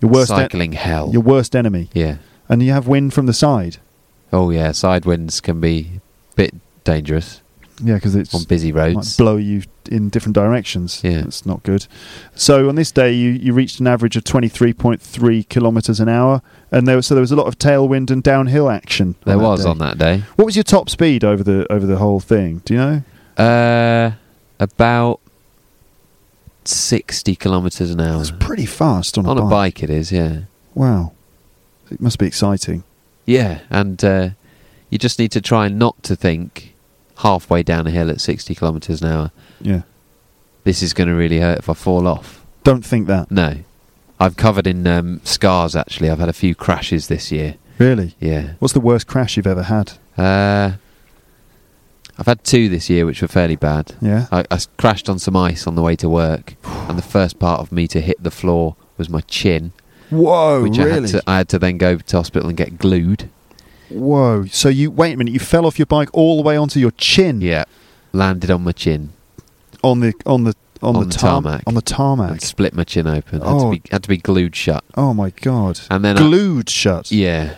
Speaker 1: Your worst, en-
Speaker 2: cycling hell.
Speaker 1: your worst enemy,
Speaker 2: yeah.
Speaker 1: and you have wind from the side.
Speaker 2: Oh yeah, side winds can be a bit dangerous
Speaker 1: Yeah, because it's
Speaker 2: on busy
Speaker 1: might
Speaker 2: roads.
Speaker 1: blow you in different directions.
Speaker 2: Yeah.
Speaker 1: That's not good. So on this day, you, you reached an average of 23.3 kilometres an hour. And there was, so there was a lot of tailwind and downhill action.
Speaker 2: there
Speaker 1: that
Speaker 2: was
Speaker 1: day.
Speaker 2: on that day.
Speaker 1: What was your top speed over the over the whole thing? Do you know?
Speaker 2: Uh, about sixty kilometres an hour
Speaker 1: That's pretty fast on,
Speaker 2: on a bike. It is, yeah,
Speaker 1: Wow. It must be exciting.
Speaker 2: yeah. And uh, you just need to try not to think halfway down a hill at sixty kilometres an hour.
Speaker 1: Yeah.
Speaker 2: This is going to really hurt if I fall off.
Speaker 1: Don't think that.
Speaker 2: No, I'm covered in um, scars. Actually, I've had a few crashes this year.
Speaker 1: Really?
Speaker 2: Yeah.
Speaker 1: What's the worst crash you've ever had?
Speaker 2: Uh, I've had two this year, which were fairly bad.
Speaker 1: Yeah.
Speaker 2: I, I s- crashed on some ice on the way to work, and the first part of me to hit the floor was my chin,
Speaker 1: Whoa,
Speaker 2: which I, had to, I had to then go to hospital and get glued.
Speaker 1: Whoa. So you wait a minute, you fell off your bike all the way onto your chin
Speaker 2: Yeah, landed on my chin
Speaker 1: on the on the on,
Speaker 2: On
Speaker 1: the,
Speaker 2: the
Speaker 1: tarm-
Speaker 2: tarmac.
Speaker 1: On the tarmac.
Speaker 2: and split my chin open. Had,
Speaker 1: Oh.
Speaker 2: to, be, had to be glued shut.
Speaker 1: Oh my god!
Speaker 2: And then I-
Speaker 1: glued shut.
Speaker 2: Yeah,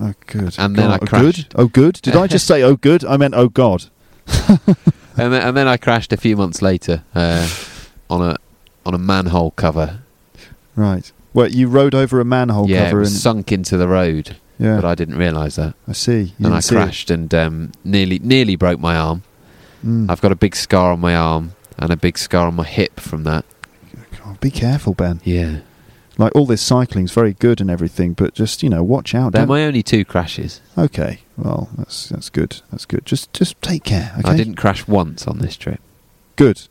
Speaker 1: Oh, good.
Speaker 2: And then
Speaker 1: God.
Speaker 2: I
Speaker 1: oh, good.
Speaker 2: crashed.
Speaker 1: Oh, good. Did I just say oh good? I meant oh god.
Speaker 2: and then, and then I crashed a few months later uh, on a on a manhole cover.
Speaker 1: Right. Well, you rode over a manhole
Speaker 2: yeah, it
Speaker 1: cover
Speaker 2: was
Speaker 1: and
Speaker 2: sunk into the road,
Speaker 1: yeah.
Speaker 2: but I didn't realise that.
Speaker 1: I see. You
Speaker 2: and
Speaker 1: didn't
Speaker 2: I
Speaker 1: see it.
Speaker 2: crashed and um, nearly nearly broke my arm.
Speaker 1: Mm.
Speaker 2: I've got a big scar on my arm and a big scar on my hip from that.
Speaker 1: God, Oh, be careful, Ben.
Speaker 2: Yeah,
Speaker 1: Like all this cycling's very good and everything, but just you know, watch out.
Speaker 2: they're
Speaker 1: don't-
Speaker 2: my only two crashes.
Speaker 1: okay. Well, that's that's good. That's good. Just just take care. Okay.
Speaker 2: I didn't crash once on this trip.
Speaker 1: Good.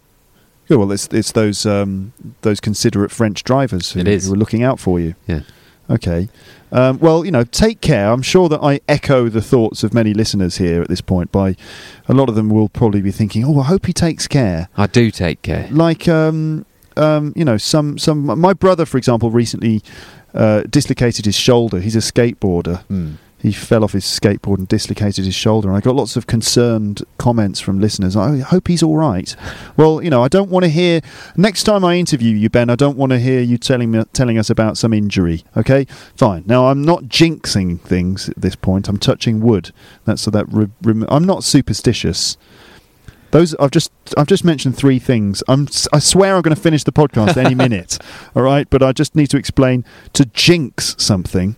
Speaker 1: Good. Well, it's it's those um, those considerate French drivers who,
Speaker 2: It is.
Speaker 1: who are looking out for you.
Speaker 2: Yeah,
Speaker 1: Okay. Um, well, you know, take care. I'm sure that I echo the thoughts of many listeners here at this point. By a lot of them will probably be thinking, "Oh, I hope he takes care."
Speaker 2: I do take care.
Speaker 1: Like, um, um, you know, some some my brother, for example, recently uh, dislocated his shoulder. He's a skateboarder.
Speaker 2: Mm.
Speaker 1: He fell off his skateboard and dislocated his shoulder. And I got lots of concerned comments from listeners. I hope he's all right. Well, you know, I don't want to hear next time I interview you, Ben. I don't want to hear you telling me telling us about some injury. Okay, fine. Now I'm not jinxing things at this point. I'm touching wood. That's so that re- rem- I'm not superstitious. Those I've just I've just mentioned three things. I'm s- I swear I'm going to finish the podcast any minute. All right, but I just need to explain to jinx something.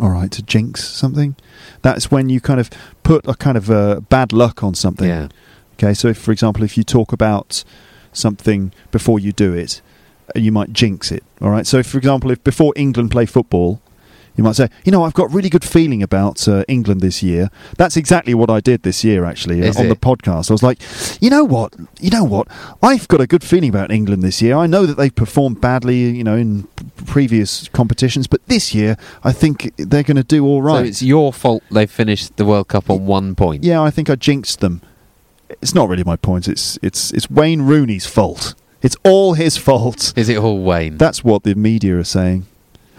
Speaker 1: All right, to jinx something. That's when you kind of put a kind of uh, bad luck on something.
Speaker 2: Yeah,
Speaker 1: Okay, so if, for example, if you talk about something before you do it, uh, you might jinx it. All right. So, if, for example, if before England play football, you might say, you know, I've got really good feeling about uh, England this year. That's exactly what I did this year, actually, uh,
Speaker 2: Is
Speaker 1: on the
Speaker 2: it?
Speaker 1: podcast. I was like, you know what, you know what, I've got a good feeling about England this year. I know that they've performed badly, you know, in p- previous competitions, but this year I think they're going to do all right.
Speaker 2: so it's your fault they finished the World Cup on one point.
Speaker 1: Yeah, I think I jinxed them. It's not really my point. It's it's it's Wayne Rooney's fault. It's all his fault.
Speaker 2: Is it all Wayne?
Speaker 1: That's what the media are saying.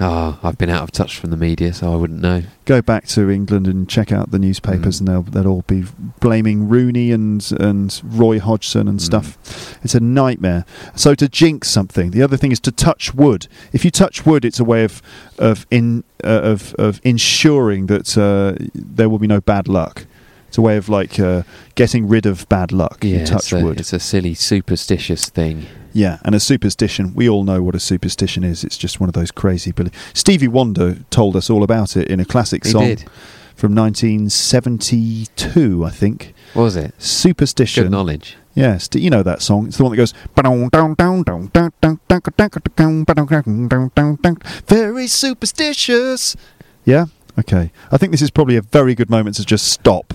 Speaker 2: oh, I've been out of touch from the media, so I wouldn't know.
Speaker 1: Go back to England and check out the newspapers,
Speaker 2: Mm.
Speaker 1: and they'll they'll all be blaming Rooney and and Roy Hodgson
Speaker 2: Mm.
Speaker 1: and stuff. It's a nightmare. So to jinx something, the other thing is to touch wood. If you touch wood, it's a way of of in uh, of of ensuring that uh, there will be no bad luck. It's a way of like uh, getting rid of bad luck.
Speaker 2: Yeah,
Speaker 1: you touch
Speaker 2: it's, a,
Speaker 1: wood.
Speaker 2: it's a silly superstitious thing.
Speaker 1: Yeah, and a superstition. We all know what a superstition is. It's just one of those crazy beliefs. Stevie Wonder told us all about it in a classic
Speaker 2: He
Speaker 1: song
Speaker 2: did.
Speaker 1: from 1972, I think.
Speaker 2: What was it? Good
Speaker 1: Superstition.
Speaker 2: knowledge.
Speaker 1: Yeah, st- you know that song. It's the one that goes. "Ba-dum, dum, dum, dum, dum, dum, dum, dum, dum, dum, dum, dum, dum." Very superstitious. Yeah. Okay. I think this is probably a very good moment to just stop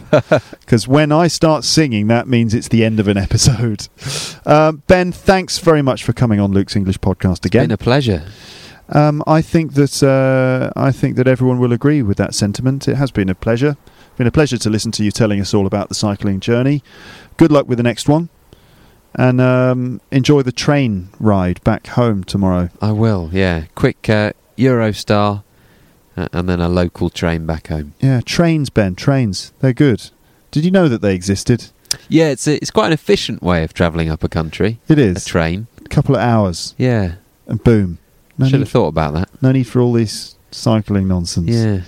Speaker 1: because when I start singing, that means it's the end of an episode. Um, ben, thanks very much for coming on Luke's English podcast
Speaker 2: Been
Speaker 1: again.
Speaker 2: a pleasure.
Speaker 1: Um, I think that uh, I think that everyone will agree with that sentiment. It has been a pleasure. Been a pleasure to listen to you telling us all about the cycling journey. Good luck with the next one, and um, enjoy the train ride back home tomorrow.
Speaker 2: I will, yeah. Quick uh, Eurostar uh, and then a local train back home.
Speaker 1: Yeah, trains, Ben. Trains. They're good. Did you know that they existed?
Speaker 2: Yeah, it's, a, it's quite an efficient way of travelling up a country.
Speaker 1: It
Speaker 2: A
Speaker 1: is
Speaker 2: train.
Speaker 1: a couple of hours,
Speaker 2: Yeah.
Speaker 1: and boom, No
Speaker 2: Should
Speaker 1: need,
Speaker 2: have thought about that.
Speaker 1: no need for all this cycling nonsense.
Speaker 2: Yeah.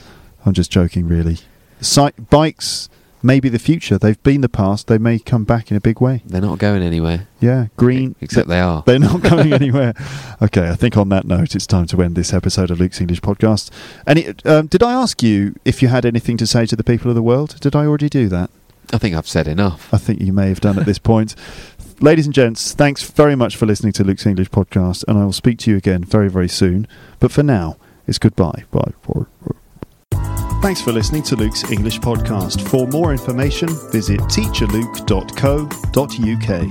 Speaker 1: I'm just joking, really. Cy- bikes may be the future. They've been the past. They may come back in a big way.
Speaker 2: They're not going anywhere.
Speaker 1: Yeah, green.
Speaker 2: Except they are.
Speaker 1: They're not going anywhere. Okay, I think on that note, it's time to end this episode of Luke's English Podcast. And it, um, did I ask you if you had anything to say to the people of the world? Did I already do that?
Speaker 2: I think I've said enough.
Speaker 1: I think you may have done at this point. Ladies and gents, thanks very much for listening to Luke's English Podcast, and I will speak to you again very, very soon. But for now, it's goodbye. Bye. Thanks for listening to Luke's English Podcast. For more information, visit teacherluke.co.uk.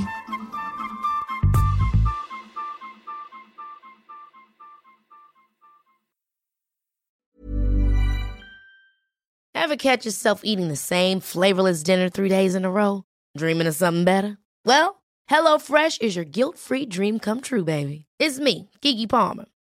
Speaker 3: Ever catch yourself eating the same flavorless dinner three days in a row? Dreaming of something better? Well, HelloFresh is your guilt-free dream come true, baby. It's me, Gigi Palmer.